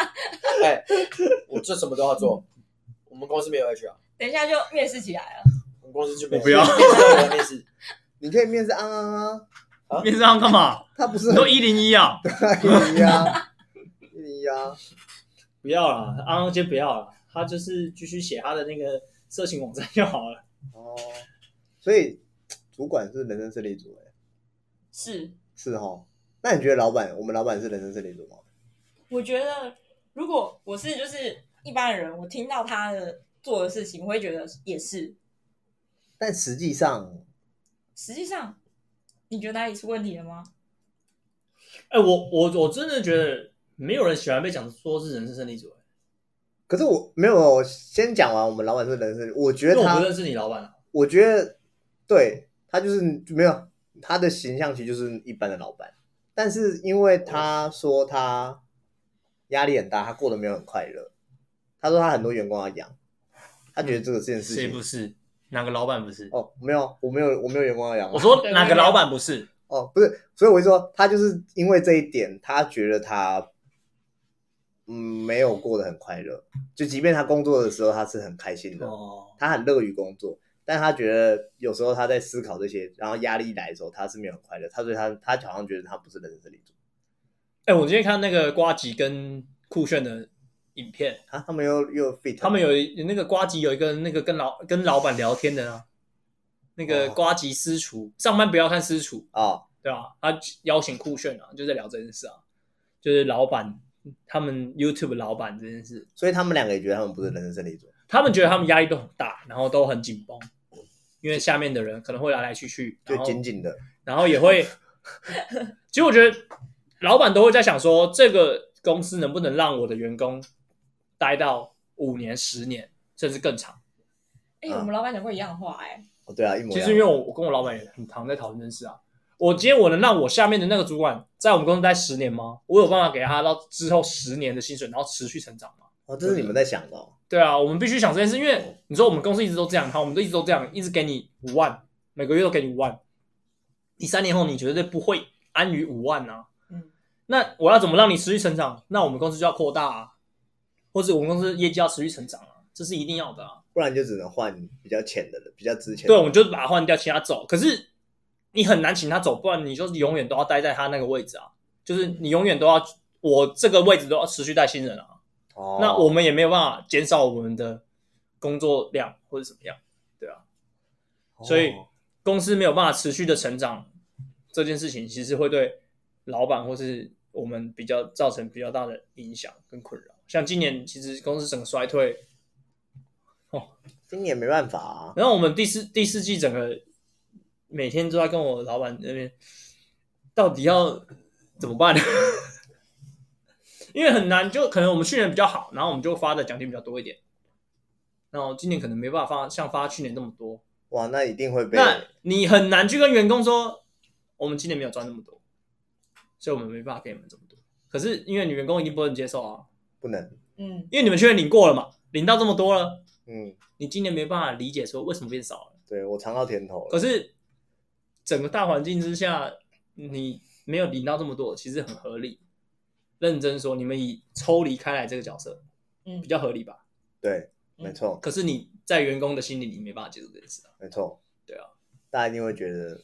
哎，我这什么都要 做。我们公司没有 HR，等一下就面试起来了。我们公司就没有。我 不要面试，你可以面试安安啊，面试上干嘛？他不是你很都一零一啊！一零一 啊，一零一啊，不要啦，安安先不要啦，他就是继续写他的那个色情网站就好了。哦，所以主管是人生胜利组哎、是，是哦。那你觉得老板，我们老板是人生胜利组吗？我觉得如果我是就是一般的人，我听到他的做的事情，我会觉得也是。但实际上，实际上，你觉得哪里出问题了吗？哎、我我我真的觉得没有人喜欢被讲说是人生胜利组，可是我没有，我先讲完我们老板是人生胜利组，我觉因得为我他不认识你老板啊。我觉得对他就是没有他的形象，其实就是一般的老板。但是因为他说他压力很大，他过得没有很快乐。他说他很多员工要养，他觉得这个这件事情、是？哪个老板嗯不是？哦，没有，我没有，我没有员工要养啊。说哪个老板不是？哦，不是，所以我就说他就是因为这一点，他觉得他嗯没有过得很快乐。就即便他工作的时候，他是很开心的，哦，他很乐于工作，但他觉得有时候他在思考这些，然后压力来的时候，他是没有很快乐。他所以他他好像觉得他不是人生胜利组哎、我今天看那个瓜吉跟酷炫的影片，啊，他们又又 fit，他们有一那个瓜吉有一个那个跟老跟老板聊天的啊，那个哦瓜吉私厨，上班不要看私厨，哦，对啊，他邀请酷炫啊，就在聊这件事啊，就是老板他们 YouTube 老板这件事，所以他们两个也觉得他们不是人生胜利组。他们觉得他们压力都很大，然后都很紧绷，因为下面的人可能会来来去去，就然后紧紧的，然后 也会，其实我觉得老板都会在想说，这个公司能不能让我的员工待到五年、十年，甚至更长。嗯哎、啊我们老板讲过一样的话、哎，哦，对啊，一模一其样。实因为我我跟我老板也很常在讨论这件事啊。我今天我能让我下面的那个主管在我们公司待十年吗？我有办法给他到之后十年的薪水，然后持续成长吗？哦，这是你们在想的、哦，对啊，我们必须想这件事，因为你说我们公司一直都这样，好，我们都一直都这样，一直给你五万，每个月都给你五万，你三年后你绝对不会安于五万啊。嗯，那我要怎么让你持续成长？那我们公司就要扩大啊，或者我们公司业绩要持续成长啊，这是一定要的啊。不然就只能换比较浅的了，比较值钱的。对，我们就是把他换掉，请他走。可是你很难请他走，不然你就是永远都要待在他那个位置啊，就是你永远都要我这个位置都要持续带新人啊。哦，那我们也没有办法减少我们的工作量或者怎么样，所以哦公司没有办法持续的成长，这件事情其实会对老板或是我们比较造成比较大的影响跟困扰。像今年其实公司整个衰退，今年没办法啊，然后我们第四第四季整个每天都在跟我老板那边，到底要怎么办？ 因为很难，就可能我们去年比较好，然后我们就发的奖金比较多一点，然后今年可能没办法发像发去年那么多。哇，那一定会被那你很难去跟员工说，我们今年没有赚那么多，所以我们没办法给你们这么多。可是因为你员工一定不能接受啊，不能，嗯，因为你们去年领过了嘛，领到这么多了，嗯，你今年没办法理解说为什么变少了。对我尝到甜头可了，是整个大环境之下，你没有领到这么多，其实很合理。认真说，你们以抽离开来这个角色，嗯比较合理吧？对，嗯没错，可是你在员工的心里，你没办法接受这件事啊，没错，对啊，大家一定会觉得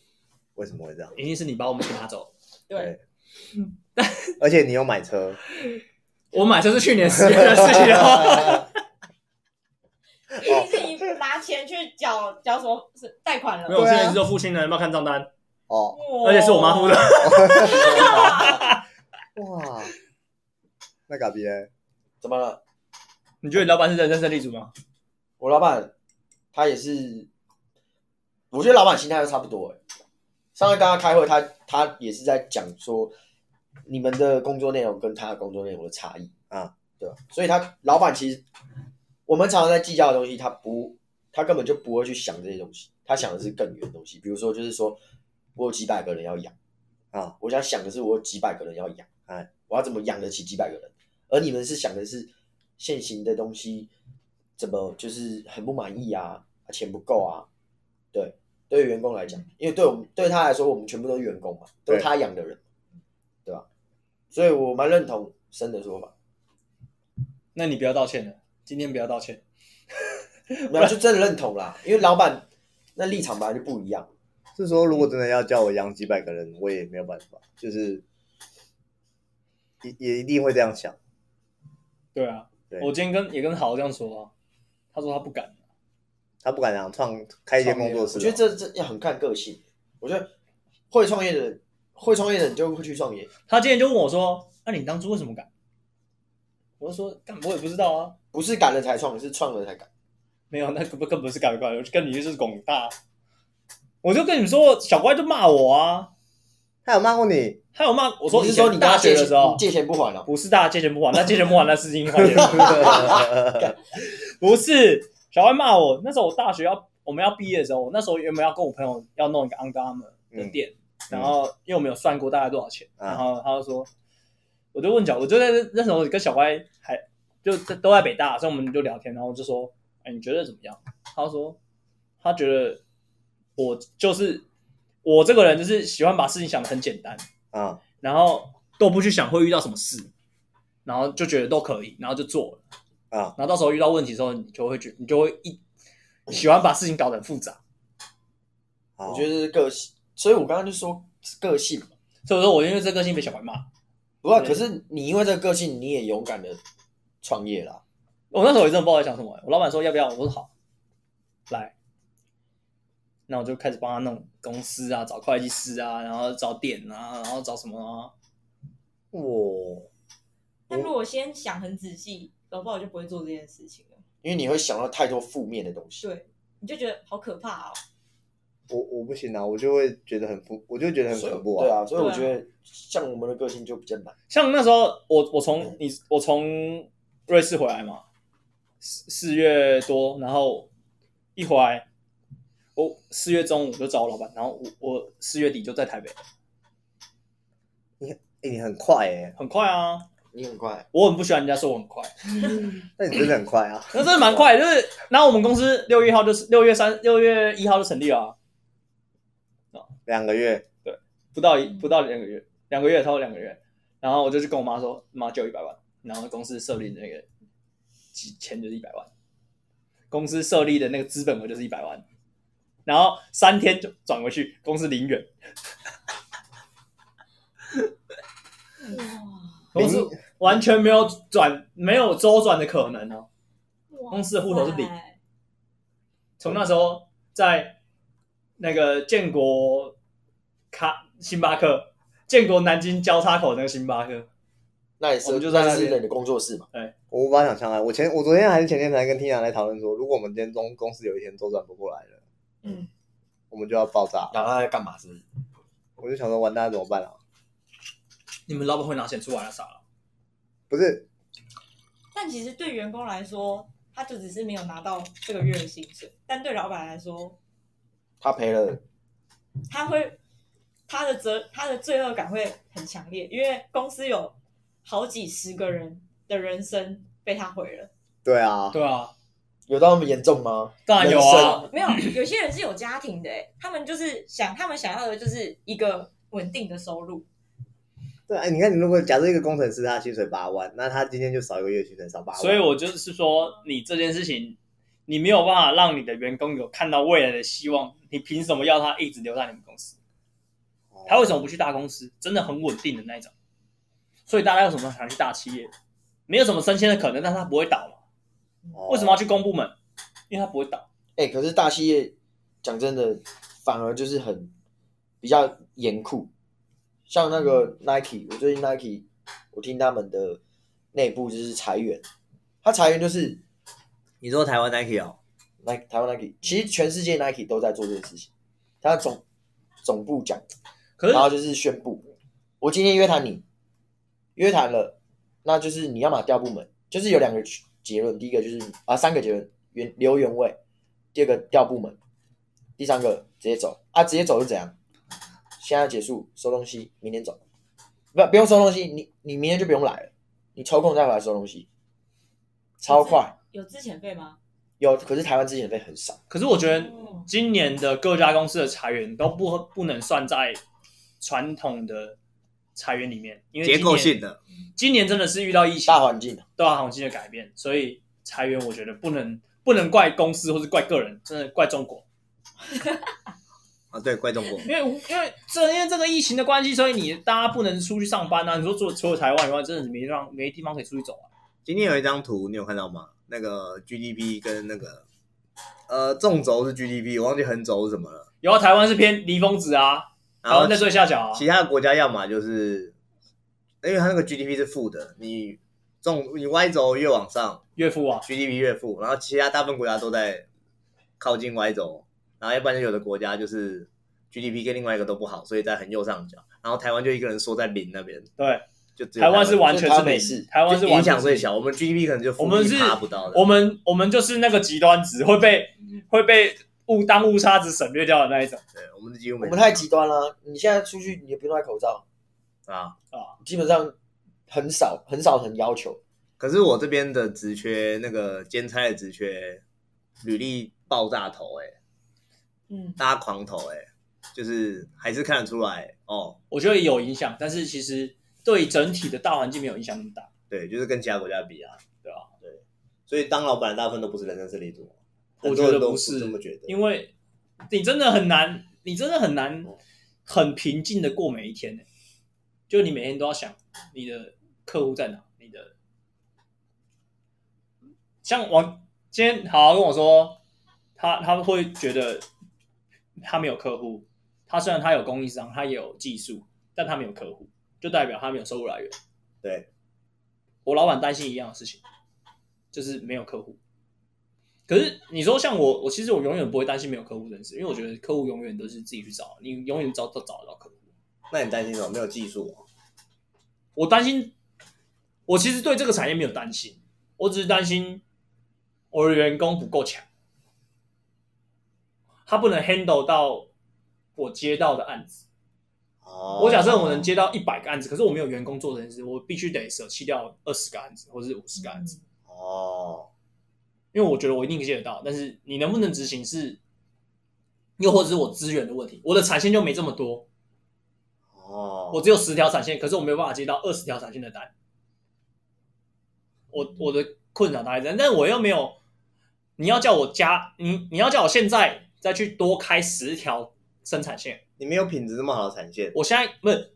为什么会这样？一定是你把我们给拿走。对，嗯，而且你有买车，我买车是去年十月的事情哦。一定是你拿钱去缴缴什么是贷款没了，有，我对啊现在是做父亲了，有没有看账单？ 哦，哇而且是我妈付的。哇哇，那嘎比嘞？怎么了？你觉得你老板是人生胜利组吗？我老板他也是，我觉得老板心态都差不多、欸。上次跟他开会，他他也是在讲说你们的工作内容跟他的工作内容的差异啊，对吧？所以他老板其实我们常常在计较的东西，他不他根本就不会去想这些东西，他想的是更远的东西，比如说就是说我有几百个人要养啊，我想想的是我有几百个人要养，哎，我要怎么养得起几百个人？而你们是想的是现行的东西怎么就是很不满意啊，钱不够啊，对，对于员工来讲，因为对我们对他来说，我们全部都是员工嘛，都是他养的人，对吧？所以我蛮认同生的说法，那你不要道歉了，今天不要道歉。没有就真的认同啦，因为老板那立场本来就不一样，是说如果真的要叫我养几百个人，我也没有办法，就是也也一定会这样想。对啊，对我今天跟也跟豪这样说啊，他说他不敢，他不敢想创开一间工作室我啊，觉得这这要很看个性，我觉得会创业的人，会创业的人就会去创业，他今天就问我说：“那、你当初为什么敢？”我就说：“干，我也不知道啊，不是敢了才创，是创了才敢。没有，那根本更不是敢不敢，我就跟你就是拱大。”我就跟你们说，小乖就骂我啊，他有骂过你，他有骂我说，你是说你跟大他学借的钱时候你借钱不还了、哦不是大家借钱不还，那借钱不还那事情换人不是小歪骂我，那时候我大学要我们要毕业的时候，我那时候原本要跟我朋友要弄一个 Under Armour 的店，然后因为我们有算过大概多少钱，啊然后他就说，我就问小，我就在那那时候跟小歪还就在都在北大，所以我们就聊天，然后我就说，哎，你觉得怎么样？他说他觉得我就是我这个人就是喜欢把事情想得很简单，啊，然后都不去想会遇到什么事，然后就觉得都可以，然后就做了啊。然后到时候遇到问题的时候，你就会觉你就会一喜欢把事情搞得很复杂。我哦我觉得是个性，所以我刚刚就说是个性嘛。所以我说我因为这个性被小白骂。不过，对可是你因为这个个性，你也勇敢的创业啦。我那时候也真的不知道在想什么、我老板说要不要，我说好，来。那我就开始帮他弄公司啊，找会计师啊，然后找点啊，然后找什么啊。我但如果我先想很仔细，搞不好我就不会做这件事情了。因为你会想到太多负面的东西。对，你就觉得好可怕哦。我我不行啊，我就会觉得很恐，我就觉得很所以恐怖对啊。啊，所以我对啊觉得像我们的个性就比较难。像那时候我我从你我从瑞士回来嘛，四四月多，然后一回来，我四月中午就找我老板，然后我我四月底就在台北了，哎，你很快哎，很快啊！你很快，我很不喜欢人家说我很快，那你真的很快啊。那真的蛮快，就是然后我们公司六月一号就是六月三六月一号就成立了啊、两个月，不到一不到两个月，两个月超过两个月，然后我就去跟我妈说，妈借我一百万，然后公司设立的那个几钱就是一百万，公司设立的那个资本额就是一百万，然后三天就转回去，公司零元，哇公司完全没有转没有周转的可能哦、哇公司的户头是零塞，从那时候在那个建国咖星巴克，建国南京交叉口那个星巴克，那也是我们就在那那边是你的工作室嘛。我无法想象啊。我前我昨天还是前天才跟 Tina 来讨论说，如果我们今天中公司有一天周转不过来了，嗯，我们就要爆炸。然后他在干嘛？是不是？我就想说，完蛋怎么办啊？你们老板会拿钱出来了啊傻了？不是，但其实对员工来说，他就只是没有拿到这个月的薪水，但对老板来说，他赔了，他会他的责他的罪恶感会很强烈，因为公司有好几十个人的人生被他毁了。对啊，对啊，有到那么严重吗？当然有啊。没有， 有些人是有家庭的、欸，他们就是想他们想要的就是一个稳定的收入。对啊。你看，你如果假设一个工程师他薪水八万，那他今天就少一个月薪水少八万，所以我就是说，你这件事情，你没有办法让你的员工有看到未来的希望，你凭什么要他一直留在你们公司？哦他为什么不去大公司？真的很稳定的那一种。所以大家为什么想去大企业？没有什么升迁的可能，但他不会倒嘛？哦为什么要去公部门？因为他不会倒。哎、可是大企业讲真的，反而就是很比较严酷，像那个 Nike，我最近 Nike 我听他们的内部就是裁员，他裁员就是你说台湾 Nike 哦， Nike 台湾 Nike，其实全世界 Nike 都在做这个事情。他总总部讲，可是然后就是宣布，我今天约谈你，约谈了，那就是你要么调部门，就是有两个结论，第一个就是啊三个结论，原留原位，第二个调部门，第三个直接走啊，直接走是怎样？现在结束收东西，明天走，不不用收东西，你你明天就不用来了，你抽空再回来收东西，超快。有之前费吗？有，可是台湾之前的费很少。可是我觉得哦今年的各家公司的裁员都不不能算在传统的裁员里面，因为今结年构性的，今年真的是遇到疫情大环境啊大环境的改变，所以裁员我觉得不能不能怪公司或是怪个人，真的怪中国，啊，对，怪中国，因为因为这因为这个疫情的关系，所以你大家不能出去上班啊。你说除除了台湾以外，真的是没让没地方可以出去走啊。今天有一张图，你有看到吗？那个 GDP 跟那个呃纵轴是 GDP，我忘记横轴是什么了。然后啊台湾是偏离峰值啊，台然后湾在最下角啊。其他的国家要么就是，因为它那个 GDP 是负的，你纵你 Y 轴越往上岳父啊， ，GDP 越负，然后其他大部分国家都在靠近 Y 轴，然后要不然就有的国家就是 GDP 跟另外一个都不好，所以在很右上角，然后台湾就一个人缩在零那边，对，就只有台湾是完就全台是湾没零事台湾是就完影全响是最零小，我们 GDP 可能就负我们是一趴不到的，我们我们就是那个极端值，会被会被误当误差值省略掉的那一种。对，我们是几乎我没们太极端了。啊你现在出去，你也不用戴口罩，啊。基本上很少很少很要求。 可是我这边的职缺，那个兼差的职缺，履历爆炸头、欸，哎，嗯，大家狂投、欸，哎，就是还是看得出来哦，我觉得有影响，但是其实对整体的大环境没有影响那么大。对，就是跟其他国家比啊，对啊，对，所以当老板的大部分都不是人生胜利组，我很觉多得人都不是这么觉得，因为你真的很难，你真的很难哦很平静的过每一天、欸、就你每天都要想你的客户在哪，你的像王今天好好跟我说，他他会觉得他没有客户，他虽然他有供应商，他也有技术，但他没有客户，就代表他没有收入来源。对，我老板担心一样的事情，就是没有客户。可是你说像我，我其实我永远不会担心没有客户这件事，因为我觉得客户永远都是自己去找，你永远找都找得到客户。那你担心什么？没有技术、哦，我担心，我其实对这个产业没有担心，我只是担心我的员工不够强，他不能 handle 到我接到的案子。哦我假设我能，接到一百个案子，可是我没有员工做这件事，我必须得舍弃掉二十个案子或者是五十个嗯案子。哦，因为我觉得我一定接得到，但是你能不能执行是，又或者是我资源的问题，我的产线就没这么多，哦，我只有十条产线，可是我没有办法接到二十条产线的单，我我的困扰大概是这样，但我又没有，你要叫我加，你你要叫我现在再去多开十条生产线，你没有品质这么好的产线，我现在不是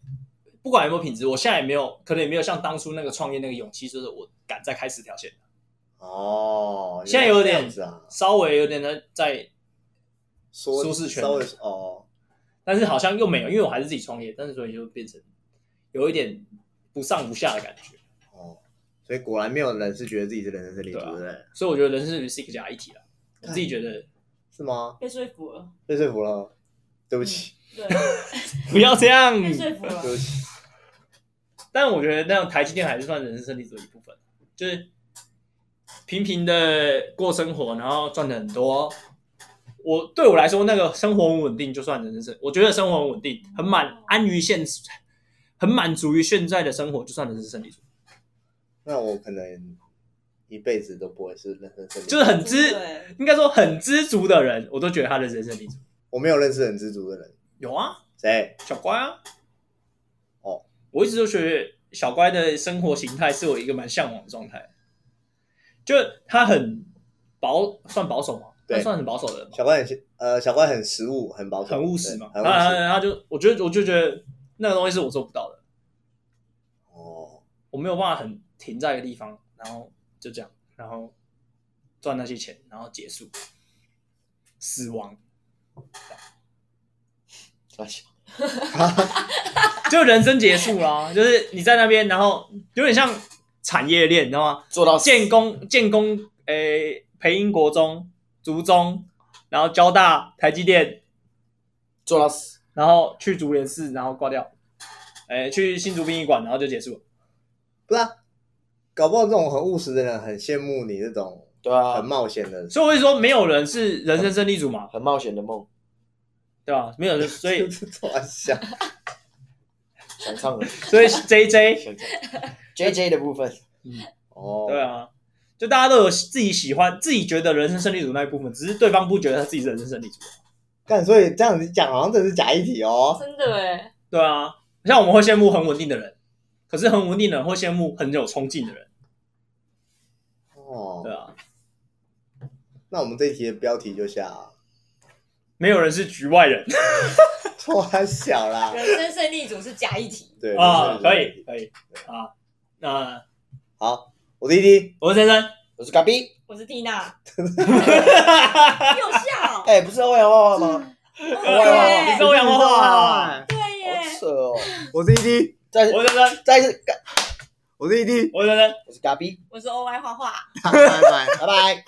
不管有没有品质，我现在也没有，可能也没有像当初那个创业那个勇气，就是我敢再开十条线。哦，现在有点原来是这样子啊，稍微有点在在缩舒适圈稍微哦，但是好像又没有，因为我还是自己创业，但是所以就变成有一点不上不下的感觉。哦，所以果然没有人是觉得自己是人生胜利组，对对啊不对？所以我觉得人生是 six 加一体了。我自己觉得是吗？被说服了，被说服了，对不起，嗯对，不要这嗯样，被说服了对。不起。但我觉得那种台积电还是算人生胜利组的一部分，就是平平的过生活，然后赚的很多。我对我来说，那个生活很稳定就算人生胜，我觉得生活很稳定，很满安于现， 很满足于现在的生活，就算人生胜利组，那我可能一辈子都不会是人生胜利，就是嗯很知，对，应该说很知足的人，我都觉得他的人生胜利组我没有认识很知足的人，有啊，谁？小乖啊。哦，我一直都觉得小乖的生活形态是我一个蛮向往的状态，就他很保，算保守嘛，对他算很保守的人嘛，小关很呃，小关很实务，很保守，很务实嘛。啊对他很务实。他他就，我觉得我就觉得那个东西是我做不到的，哦，我没有办法很停在一个地方，然后就这样，然后赚那些钱，然后结束，死亡。那行就人生结束啦，就是你在那边，然后有点像产业链，你知道吗？做到哦建工、建工，诶、培英国中、竹中，然后交大、台积电，做到死，然后去竹联寺，然后挂掉，诶、去新竹殡仪馆，然后就结束了。不是、啊，搞不好这种很务实的人很羡慕你这种对很啊，冒险的人。所以我会说，没有人是人生胜利组嘛，很冒险的梦，对吧？没有人，所以我 想，想唱了所以 J J，想唱 J J 的部分，哦，对，啊，就大家都有自己喜欢、自己觉得人生胜利组那一部分，只是对方不觉得他自己是人生胜利组。但所以这样子讲，好像这是假议题哦。真的哎，对啊，像我们会羡慕很稳定的人，可是很稳定的人会羡慕很有冲劲的人，哦对，啊，那我们这一题的标题就下，没有人是局外人我小啦，人生胜利组是假议题，对啊，就是可以可以啊，那好，我弟弟，我是先生，我是嘎比，我是 缇娜，又笑，哎，不是欧阳画画啊吗？你是欧阳梦话，哇，对耶，好扯哦，我弟弟，再我是先生，再一次，我弟弟，我是先生，我是嘎比，我是 OY 画画。拜拜。拜拜。